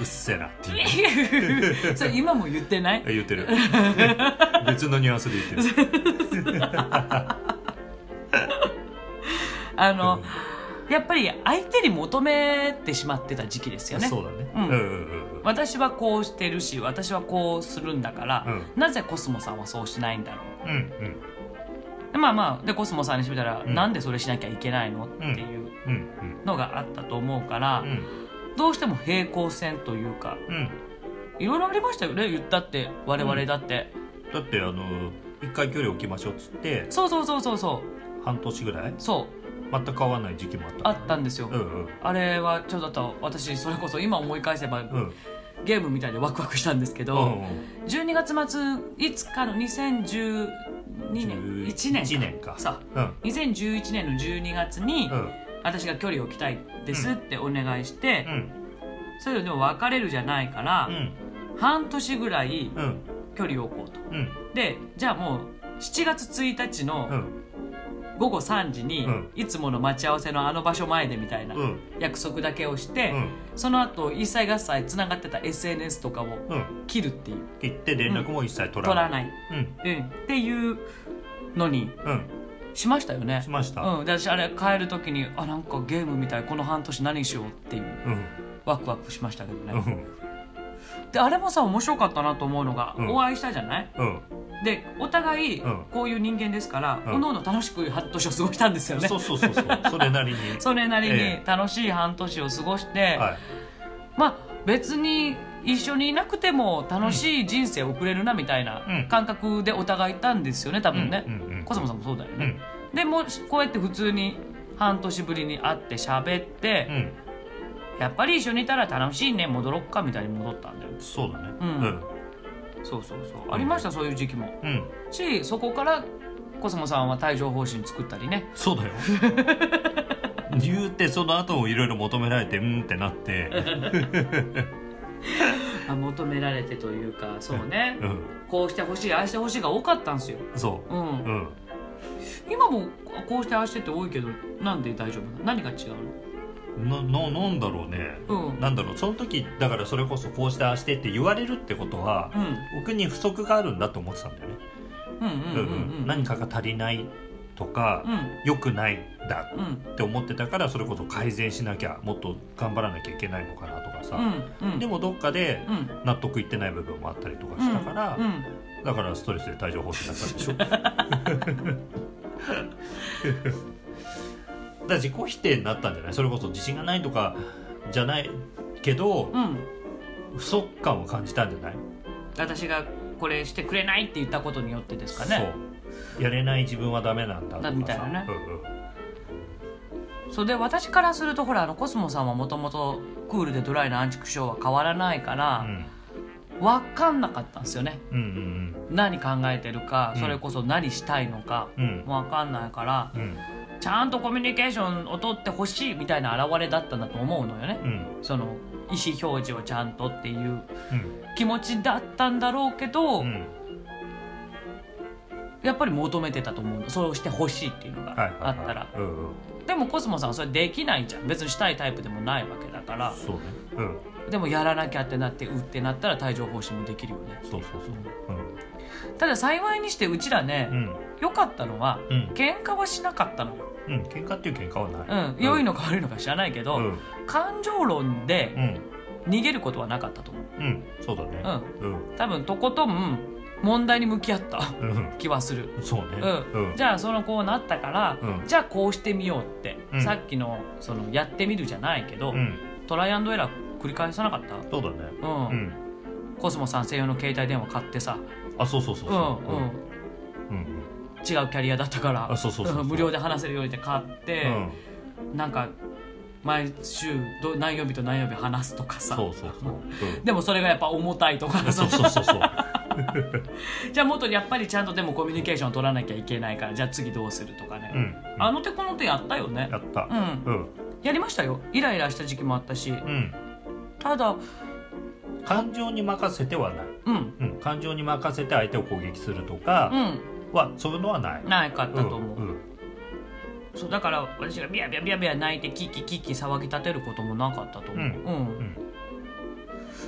Speaker 2: うっせえなっていう
Speaker 1: それ今も言ってない
Speaker 2: 言ってる別のニュアンスで言ってる
Speaker 1: あの、やっぱり相手に求めてしまってた時期ですよね
Speaker 2: そうだね
Speaker 1: う
Speaker 2: うんんうんうんうん
Speaker 1: 私はこうしてるし私はこうするんだから、
Speaker 2: う
Speaker 1: なぜコスモさんはそうしないんだろう
Speaker 2: うんうん
Speaker 1: でまあまあでコスモさんにしてみたら、
Speaker 2: うん
Speaker 1: なんでそれしなきゃいけないのっていう
Speaker 2: うん
Speaker 1: のがあったと思うから、
Speaker 2: うん
Speaker 1: どうしても平行線というか
Speaker 2: うんうん
Speaker 1: いろいろありましたよね言ったって我々だって、
Speaker 2: だってあの一回距離置きましょうっつって
Speaker 1: そうそうそうそうそ
Speaker 2: 半年ぐらいう
Speaker 1: そう
Speaker 2: 全く変わらない時期もあった
Speaker 1: あったんですよ、
Speaker 2: うんうん
Speaker 1: あれはちょっとだと私それこそ今思い返せば、
Speaker 2: うん
Speaker 1: ゲームみたいでワクワクしたんですけ
Speaker 2: う
Speaker 1: ど、
Speaker 2: ん
Speaker 1: 12月末いつかの2012年1年
Speaker 2: 1年か
Speaker 1: さ
Speaker 2: うん
Speaker 1: 2011年の12月に、
Speaker 2: うん
Speaker 1: 私が距離を置きたいですってお願いして
Speaker 2: う、ん
Speaker 1: それでも別れるじゃないから
Speaker 2: う、ん
Speaker 1: 半年ぐらい
Speaker 2: うん
Speaker 1: 距離を置こうと
Speaker 2: うん
Speaker 1: でじゃあもう7月1日
Speaker 2: う
Speaker 1: の
Speaker 2: ん
Speaker 1: 午後3時に、
Speaker 2: うん
Speaker 1: いつもの待ち合わせのあの場所前でみたいな
Speaker 2: うん
Speaker 1: 約束だけをして、
Speaker 2: うん
Speaker 1: その後一切合切つながってた SNS とかを
Speaker 2: うん
Speaker 1: 切るっていう
Speaker 2: 行って連絡も一切取
Speaker 1: 取ら
Speaker 2: らない
Speaker 1: ない、
Speaker 2: うん
Speaker 1: うん、っていうのに
Speaker 2: うん
Speaker 1: しましたよね
Speaker 2: しました
Speaker 1: うん、で私あれ帰る時にあなんかゲームみたいこの半年何しようっていう
Speaker 2: うん
Speaker 1: ワクワクしましたけどね、
Speaker 2: うん
Speaker 1: であれもさ面白かったなと思うのが、
Speaker 2: うん
Speaker 1: お会いしたじゃない
Speaker 2: うん
Speaker 1: でお互い
Speaker 2: うん
Speaker 1: こういう人間ですから、
Speaker 2: うん
Speaker 1: おのおの楽しく半年を過ごしたんですよね
Speaker 2: そうそうそうそうそれなりに
Speaker 1: それなり
Speaker 2: え
Speaker 1: に楽しい半年を過ごして、
Speaker 2: はい
Speaker 1: まあ別に一緒にいなくても楽しい人生を送れるなみたいな
Speaker 2: うん
Speaker 1: 感覚でお互いいたんですよね多分ね、
Speaker 2: うんうんうん
Speaker 1: コスモさんもそうだよ
Speaker 2: う
Speaker 1: ね、
Speaker 2: ん
Speaker 1: でもしこうやって普通に半年ぶりに会って喋って
Speaker 2: う、ん
Speaker 1: やっぱり一緒にいたら楽しいね戻ろっかみたいに戻ったんだよ
Speaker 2: そうだね
Speaker 1: う
Speaker 2: うんん
Speaker 1: そうそうそうありましたそういう時期も
Speaker 2: うん
Speaker 1: しそこからコスモさんは帯状疱疹作ったりね
Speaker 2: そうだよ言うてその後もいろいろ求められてうんってなって
Speaker 1: あ求められてというかそうね
Speaker 2: うん
Speaker 1: こうしてほしいああしてほしいが多かったんですよ、、
Speaker 2: そううんうん
Speaker 1: 今もこうしてああしてって多いけどなんで大丈夫なの何が違う
Speaker 2: なななんだろうね、
Speaker 1: のうん
Speaker 2: なんだろうその時だからそれこそこうしてああしてって言われるってことは、
Speaker 1: うん
Speaker 2: 僕に不足があるんだと思ってたんだよね、
Speaker 1: うんうんうん
Speaker 2: うんうん
Speaker 1: うん
Speaker 2: 何かが足りないとか
Speaker 1: う、ん
Speaker 2: 良くないんだ
Speaker 1: うんうん
Speaker 2: って思ってたからそれこそ改善しなきゃもっと頑張らなきゃいけないのかなとかさ、
Speaker 1: うん
Speaker 2: でもどっかで
Speaker 1: うん
Speaker 2: 納得いってない部分もあったりとか
Speaker 1: うん
Speaker 2: したから、
Speaker 1: うん
Speaker 2: だからストレスで帯状疱疹になったん でしょだから自己否定になったんじゃないそれこそ自信がないとかじゃないけど、
Speaker 1: うん
Speaker 2: 不足感を感じたんじゃない
Speaker 1: 私がこれしてくれないって言ったことによってですかね
Speaker 2: そうやれない自分はダメなんだとか
Speaker 1: だ
Speaker 2: さ
Speaker 1: みたいなね
Speaker 2: うんうん
Speaker 1: そうで私からするとほらあのコスモさんはもともとクールでドライなアンチクショーは変わらないから、分かんなかったんですよね
Speaker 2: うんうん
Speaker 1: 何考えてるか、
Speaker 2: うん
Speaker 1: それこそ何したいのか
Speaker 2: うんうん
Speaker 1: 分かんないから
Speaker 2: うん
Speaker 1: ちゃんとコミュニケーションを取ってほしいみたいな表れだったんだと思うのよね、
Speaker 2: うん
Speaker 1: その意思表示をちゃんとっていう
Speaker 2: うん
Speaker 1: 気持ちだったんだろうけど、
Speaker 2: うん
Speaker 1: やっぱり求めてたと思うのそれをしてほしいっていうのが
Speaker 2: はいはいはい
Speaker 1: あったら、
Speaker 2: うんうん
Speaker 1: でもコスモさんはそれできないじゃん別にしたいタイプでもないわけだから
Speaker 2: そうねうん
Speaker 1: でもやらなきゃってなってうってなったら帯状疱疹もできるよね
Speaker 2: そうそうそう
Speaker 1: ただ幸いにしてうちらね
Speaker 2: うんうん
Speaker 1: 良、かったのは
Speaker 2: うん
Speaker 1: 喧嘩はしなかったのよ
Speaker 2: うん喧嘩っていう喧嘩は
Speaker 1: う
Speaker 2: ない
Speaker 1: ん良いのか悪いのか知らないけど、
Speaker 2: うん
Speaker 1: 感情論
Speaker 2: う
Speaker 1: で
Speaker 2: ん
Speaker 1: 逃げることはなかったと思う
Speaker 2: うんそうだねうん
Speaker 1: 多分とことん問題に向き合った
Speaker 2: うん
Speaker 1: 気はする
Speaker 2: そうね
Speaker 1: うんじゃあそのこうなったから、
Speaker 2: うん
Speaker 1: じゃあこうしてみようって、
Speaker 2: うん
Speaker 1: さっきのそのやってみるじゃないけど、
Speaker 2: うん
Speaker 1: トライアンドエラー繰り返さなかった
Speaker 2: そうだね
Speaker 1: うん、
Speaker 2: うん
Speaker 1: コスモさん専用の携帯電話買ってさ
Speaker 2: あそうそうそう
Speaker 1: う
Speaker 2: そ
Speaker 1: んうん、
Speaker 2: ううんうん
Speaker 1: 違うキャリアだったから
Speaker 2: あそうそうそうそう
Speaker 1: うん無料で話せるようにって買っ
Speaker 2: う
Speaker 1: て、
Speaker 2: ん
Speaker 1: なんか毎週ど何曜日と何曜日話すとかさ
Speaker 2: そうそうそううん
Speaker 1: でもそれがやっぱ重たいとかさ
Speaker 2: そうそうそうそう
Speaker 1: じゃあもっとやっぱりちゃんとでもコミュニケーション取らなきゃいけないからじゃあ次どうするとかね、
Speaker 2: うん
Speaker 1: あの手この手やったよね
Speaker 2: やった
Speaker 1: うん
Speaker 2: うん
Speaker 1: やりましたよイライラした時期もあったし、
Speaker 2: うん
Speaker 1: ただ
Speaker 2: 感情に任せてはない
Speaker 1: うん
Speaker 2: うん感情に任せて相手を攻撃するとか
Speaker 1: う
Speaker 2: はそういうのはない
Speaker 1: んないかったと思う、
Speaker 2: うんうん
Speaker 1: そうだから私がビヤビヤビヤビヤ泣いてキーキーキーキー騒ぎ立てることもなかったと思う、
Speaker 2: うん
Speaker 1: うん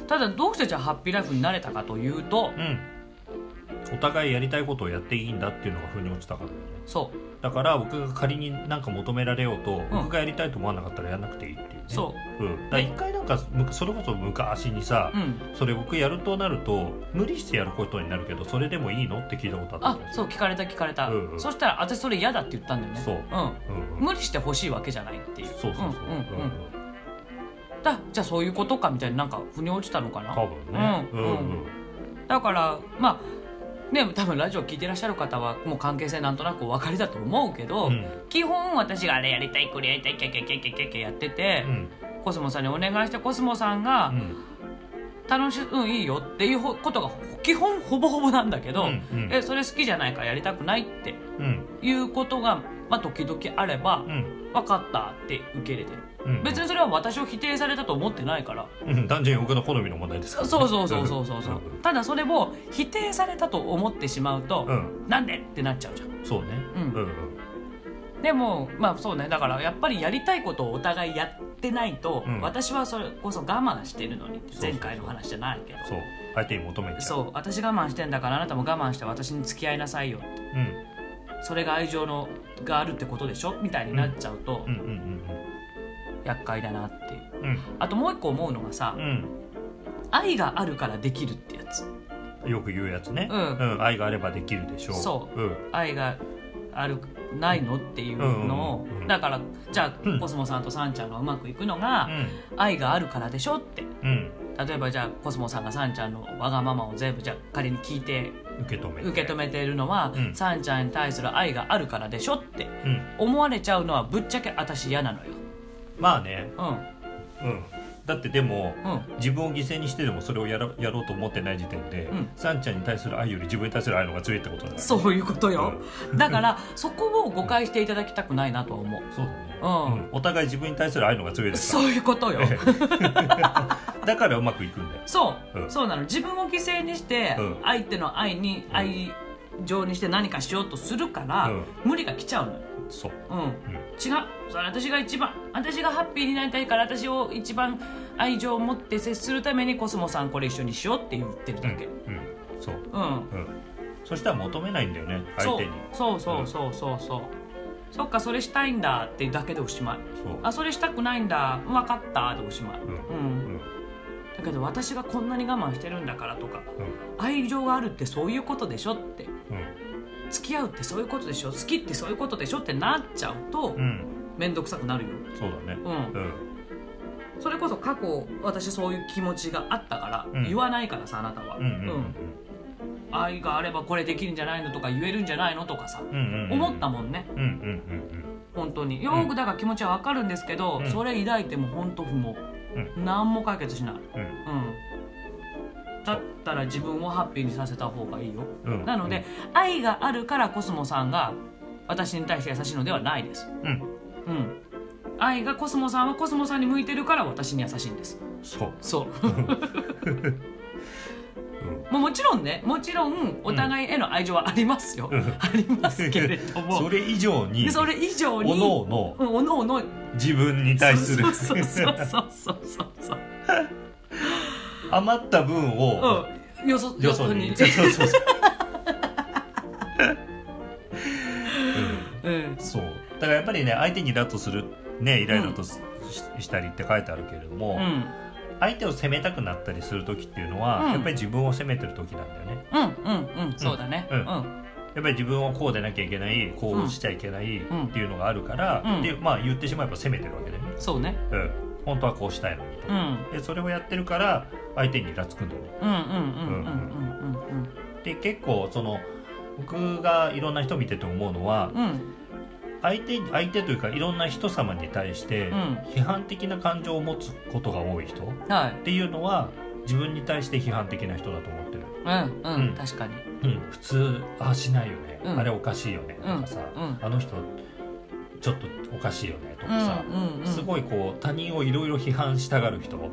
Speaker 1: ただどうしてじゃあハッピーライフになれたかというと、
Speaker 2: うんお互いやりたいことをやっていいんだっていうのが腑に落ちたからだよね
Speaker 1: そう
Speaker 2: だから僕が仮に何か求められようと、
Speaker 1: ん
Speaker 2: 僕がやりたいと思わなかったらやらなくていいっていうね、
Speaker 1: そう
Speaker 2: ん、だから一回なんかむそれこそ昔にさ、
Speaker 1: うん
Speaker 2: それ僕やるとなると無理してやることになるけどそれでもいいのって聞いたことあっ
Speaker 1: あ
Speaker 2: たんだよ
Speaker 1: そう聞かれた聞かれた、
Speaker 2: うんうん
Speaker 1: そしたら私それ嫌だって言ったんだよね
Speaker 2: そううん
Speaker 1: う、
Speaker 2: うんん
Speaker 1: 無理してほしいわけじゃないっていう
Speaker 2: そうそうそう
Speaker 1: うんうんうん
Speaker 2: うんうん
Speaker 1: だじゃあそういうことかみたいになんか腑に落ちたのかな
Speaker 2: 多分ね
Speaker 1: う
Speaker 2: うんんうん
Speaker 1: だからまあね多分ラジオ聞いてらっしゃる方はもう関係性なんとなくお分かりだと思うけど、
Speaker 2: うん
Speaker 1: 基本私があれやりたいこれやりたいキャキャキャキャキャキャやってて
Speaker 2: う、ん
Speaker 1: コスモさんにお願いしてコスモさんが楽しいうんいいよっていうことが基本ほぼほぼなんだけど、
Speaker 2: うんうん
Speaker 1: えそれ好きじゃないからやりたくないって
Speaker 2: うん
Speaker 1: いうことが、まあ、時々あれば、
Speaker 2: うん
Speaker 1: 分かったって受け入れてる
Speaker 2: うん
Speaker 1: 別にそれは私を否定されたと思ってないから
Speaker 2: うん単純に僕の好みの問題ですからね
Speaker 1: そうそうそうそうそうそう
Speaker 2: う
Speaker 1: ただそれを否定されたと思ってしまうと、
Speaker 2: んうん
Speaker 1: なんでってなっちゃうじゃん
Speaker 2: うんそうね
Speaker 1: う
Speaker 2: うんんうん
Speaker 1: でもまあそうねだからやっぱりやりたいことをお互いやってないと、
Speaker 2: うん
Speaker 1: 私はそれこそ我慢してるのに
Speaker 2: そうそうそう
Speaker 1: 前回の話じゃないけど
Speaker 2: そう相手に求めて
Speaker 1: そう私我慢してんだからあなたも我慢して私に付き合いなさいよ
Speaker 2: うん
Speaker 1: それが愛情のがあるってことでしょみたいになっちゃうと、
Speaker 2: うんうん
Speaker 1: 厄介だなっていう
Speaker 2: うんうん
Speaker 1: あともう一個思うのがさ、
Speaker 2: う
Speaker 1: 愛があるからできるってやつ
Speaker 2: ん、よく言うやつね、
Speaker 1: うん
Speaker 2: 愛があればできるでしょう、
Speaker 1: そう
Speaker 2: ん、
Speaker 1: 愛があるないのっていうのを、
Speaker 2: うんうんうん
Speaker 1: だからじゃ
Speaker 2: う
Speaker 1: あ
Speaker 2: ん
Speaker 1: コスモさんとサンちゃんがうまくいくのが、愛があるからでしょって
Speaker 2: うん
Speaker 1: 例えばじゃあコスモさんがサンちゃんのわがままを全部じゃあ仮に聞いて
Speaker 2: うん、受け止めて
Speaker 1: 受け止めているのは、
Speaker 2: うん
Speaker 1: サンちゃんに対する愛があるからでしょって
Speaker 2: うん、
Speaker 1: 思われちゃうのはぶっちゃけ私嫌なのよ。
Speaker 2: まあね、
Speaker 1: うん
Speaker 2: うん、だってでも、
Speaker 1: うん
Speaker 2: 自分を犠牲にしてでもそれをやろやろうと思ってない時点で、
Speaker 1: うん
Speaker 2: さんちゃんに対する愛より自分に対する愛の方が強いってことだね
Speaker 1: そういうことよ、だからそこを誤解していただきたくないなとは思う、
Speaker 2: そうだね、
Speaker 1: うん
Speaker 2: お互い自分に対する愛の方が強いですか
Speaker 1: そういうことよ
Speaker 2: ら だからうまくいくんだよ
Speaker 1: そう、
Speaker 2: うん
Speaker 1: そうなの自分を犠牲にして、
Speaker 2: うん
Speaker 1: 相手の愛に、
Speaker 2: ん
Speaker 1: 愛情にして何かしようとするから、
Speaker 2: うん
Speaker 1: 無理が来ちゃうのよ
Speaker 2: そう
Speaker 1: うん、違うそれ私が一番私がハッピーになりたいから私を一番愛情を持って接するためにコスモさんこれ一緒にしようって言ってる
Speaker 2: うん、
Speaker 1: だ
Speaker 2: うん
Speaker 1: け、うん、、
Speaker 2: そう、うん、そしたら求めないんだよね相
Speaker 1: そう
Speaker 2: 手に
Speaker 1: そうそうそうそうそうそっかそれしたいんだってだけでおしまい
Speaker 2: そう
Speaker 1: あそれしたくないんだ分かったでおしまい、
Speaker 2: うん
Speaker 1: うん、だけど私がこんなに我慢してるんだからとか
Speaker 2: うん
Speaker 1: 愛情があるってそういうことでしょって
Speaker 2: うん
Speaker 1: 付き合うってそういうことでしょ好きってそういうことでしょってなっちゃうと
Speaker 2: うん、
Speaker 1: 面倒くさくなるよ、
Speaker 2: そうだね
Speaker 1: うん、
Speaker 2: うん
Speaker 1: それこそ過去私そういう気持ちがあったから、
Speaker 2: うん
Speaker 1: 言わないからさあなたは、
Speaker 2: うんうん
Speaker 1: うん愛があればこれできるんじゃないのとか言えるんじゃないのとかさ、
Speaker 2: うんうんうんうん
Speaker 1: 思ったもんね
Speaker 2: うんうんうん
Speaker 1: 本当によくだから気持ちはわかるんですけど、
Speaker 2: うん
Speaker 1: それ抱いても本当不毛、
Speaker 2: う
Speaker 1: 何も解決しない、うん、
Speaker 2: うんうん
Speaker 1: だったら自分をハッピーにさせた方がいいよ、
Speaker 2: うん
Speaker 1: なので、愛があるからコスモさんが私に対して優しいのではないです
Speaker 2: うん
Speaker 1: うん愛がコスモさんはコスモさんに向いてるから私に優しいんです
Speaker 2: そう
Speaker 1: そうもうもちろんねもちろんお互いへの愛情はありますよ、
Speaker 2: うん
Speaker 1: ありますけれども
Speaker 2: それ以上に
Speaker 1: でそれ以上に
Speaker 2: おのおの
Speaker 1: うんおのおの
Speaker 2: 自分に対する
Speaker 1: そうそうそうそうそうそうそう
Speaker 2: 余った分を、
Speaker 1: うんよそ
Speaker 2: よそに
Speaker 1: よ
Speaker 2: そうそうそ うそう、
Speaker 1: うん
Speaker 2: うん、そうだからやっぱりね相手にイラッとするねイライラとし,、したりって書いてあるけれど
Speaker 1: う
Speaker 2: も、
Speaker 1: ん
Speaker 2: 相手を責めたくなったりする時っていうのは、
Speaker 1: うん
Speaker 2: やっぱり自分を責めてる時なんだよね
Speaker 1: うんうんうんそうだねう
Speaker 2: うんん
Speaker 1: うん
Speaker 2: やっぱり自分はこうでなきゃいけないこうしちゃいけない
Speaker 1: ん
Speaker 2: っていうのがあるから、
Speaker 1: うん
Speaker 2: でまあ言ってしまえば責めてるわけだよね、
Speaker 1: そうね
Speaker 2: うん、本当はこうしたいのにと
Speaker 1: うんうん
Speaker 2: でそれをやってるから相手にイラつくんだよね
Speaker 1: うんうんうんうんうん
Speaker 2: で結構その僕がいろんな人見てて思うのは
Speaker 1: うんうん
Speaker 2: 相手相手というかいろんな人様に対して
Speaker 1: うん
Speaker 2: 批判的な感情を持つことが多い人っ
Speaker 1: はい
Speaker 2: ていうのは自分に対して批判的な人だと思ってる、
Speaker 1: うんう
Speaker 2: うん
Speaker 1: ん確かに
Speaker 2: うん、普通ああしないよね、
Speaker 1: うん
Speaker 2: あれおかしいよねとかさ、
Speaker 1: うんうん
Speaker 2: あの人ちょっとおかしいよねと
Speaker 1: うん
Speaker 2: かさ、
Speaker 1: うんうん
Speaker 2: すごいこう他人をいろいろ批判したがる人、
Speaker 1: うん
Speaker 2: う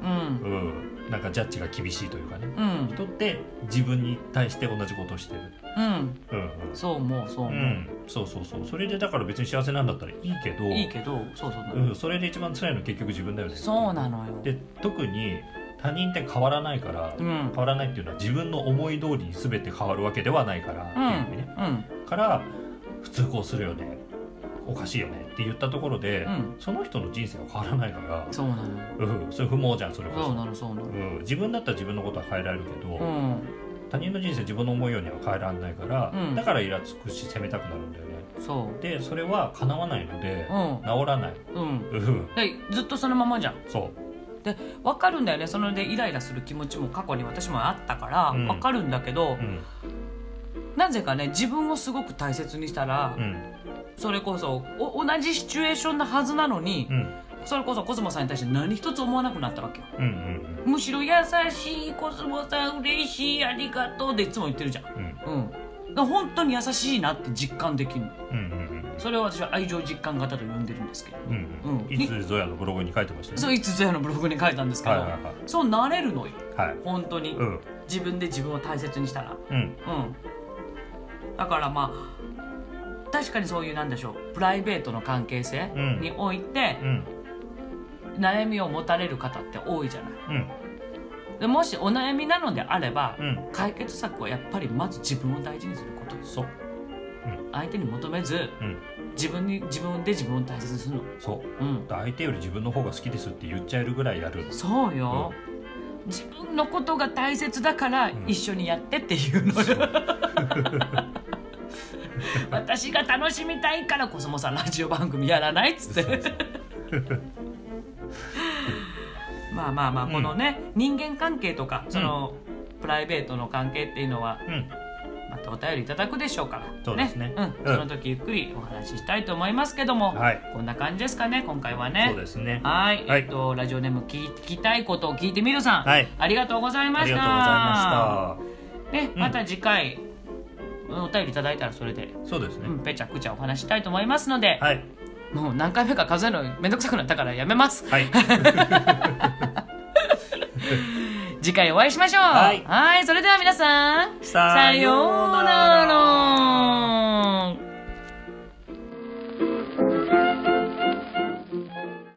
Speaker 2: ん、なんかジャッジが厳しいというかね
Speaker 1: うん
Speaker 2: 人って自分に対して同じことをしてる、
Speaker 1: うん
Speaker 2: うんうん
Speaker 1: そう思うそう
Speaker 2: う、
Speaker 1: 思うん
Speaker 2: そうそうそうそれでだから別に幸せなんだったらいいけど
Speaker 1: いいけどそうそう
Speaker 2: う、
Speaker 1: そうん
Speaker 2: それで一番辛いのは結局自分だよね
Speaker 1: そうなのよ
Speaker 2: で特に他人って変わらないから、
Speaker 1: うんうん
Speaker 2: 変わらないっていうのは自分の思い通りに全て変わるわけではないからって
Speaker 1: う
Speaker 2: いう意味ね、
Speaker 1: ん
Speaker 2: から普通こうするよねおかしいよねって言ったところで、
Speaker 1: うん
Speaker 2: その人の人生は変わらないから、
Speaker 1: そうなのよ
Speaker 2: うん、それ不毛じゃんそれこそ
Speaker 1: そうなのそうなの
Speaker 2: うん、自分だったら自分のことは変えられるけど、
Speaker 1: うん
Speaker 2: 他人の人生自分の思うようには変えられないから、
Speaker 1: うん
Speaker 2: だからイラつくし責めたくなるんだよね
Speaker 1: そ
Speaker 2: でそれは叶わないので
Speaker 1: ううん
Speaker 2: 治らない
Speaker 1: うん
Speaker 2: うん
Speaker 1: でずっとそのままじゃん
Speaker 2: そう
Speaker 1: わかるんだよねそれでイライラする気持ちも過去に私もあったから、
Speaker 2: うん
Speaker 1: わかるんだけど、
Speaker 2: うん
Speaker 1: なぜかね自分をすごく大切にしたら、
Speaker 2: うん
Speaker 1: それこそお同じシチュエーションなはずなのに
Speaker 2: う、ん
Speaker 1: それこそコスモさんに対して何一つ思わなくなったわけよ
Speaker 2: うんうん
Speaker 1: むしろ優しいコスモさん嬉しいありがとうでいつも言ってるじゃん
Speaker 2: うん
Speaker 1: うんだから本当に優しいなって実感できる
Speaker 2: うんうんうん
Speaker 1: それを私は愛情実感型と呼んでるんですけど、
Speaker 2: うんう
Speaker 1: うん
Speaker 2: んいつぞやのブログに書いてました
Speaker 1: そ
Speaker 2: よ
Speaker 1: う
Speaker 2: ね
Speaker 1: いつぞやのブログに書いたんですけど、
Speaker 2: はいはいはい
Speaker 1: そうなれるのよ
Speaker 2: はい
Speaker 1: 本当に、
Speaker 2: うん
Speaker 1: 自分で自分を大切にしたら
Speaker 2: うん
Speaker 1: うん、だからまあ確かにそういうなんでしょうプライベートの関係性
Speaker 2: うん
Speaker 1: において
Speaker 2: う、ん
Speaker 1: 悩みを持たれる方って多いじゃない
Speaker 2: うん
Speaker 1: でもしお悩みなのであれば、
Speaker 2: うん
Speaker 1: 解決策はやっぱりまず自分を大事にすることです
Speaker 2: そう
Speaker 1: 相手に求めず
Speaker 2: うん
Speaker 1: 自分に自分で自分を大切にするの
Speaker 2: そう
Speaker 1: うん
Speaker 2: 相手より自分の方が好きですって言っちゃえるぐらいやる
Speaker 1: そうよ、自分のことが大切だから
Speaker 2: ん
Speaker 1: 一緒にやってっていうのよ、 私が楽しみたいからコスモさんラジオ番組やらないっつっ
Speaker 2: そうそう
Speaker 1: てまあまあまあ
Speaker 2: うん
Speaker 1: このね、人間関係とかその、プライベートの関係っていうのは
Speaker 2: うん
Speaker 1: またお便りいただくでしょうから
Speaker 2: そうですね
Speaker 1: うん
Speaker 2: うん
Speaker 1: その時ゆっくりお話ししたいと思いますけども、
Speaker 2: はい
Speaker 1: こんな感じですかね今回はね
Speaker 2: そうですね
Speaker 1: はい、
Speaker 2: はい
Speaker 1: えっとラジオネーム聞きたいことを聞いてみるさん、
Speaker 2: はい
Speaker 1: ありがとうござい
Speaker 2: あ
Speaker 1: まし
Speaker 2: り
Speaker 1: た
Speaker 2: がとうございました
Speaker 1: ね、
Speaker 2: うん
Speaker 1: また次回、お便りいただいたらそれで、
Speaker 2: そうですね
Speaker 1: うん、ぺちゃくちゃお話ししたいと思いますので、
Speaker 2: はい
Speaker 1: もう何回目か数えるのめんどくさくなったからやめます。
Speaker 2: はい
Speaker 1: 次回お会いしましょう。
Speaker 2: はい
Speaker 1: それでは皆さん、
Speaker 2: さようなら
Speaker 1: さようなら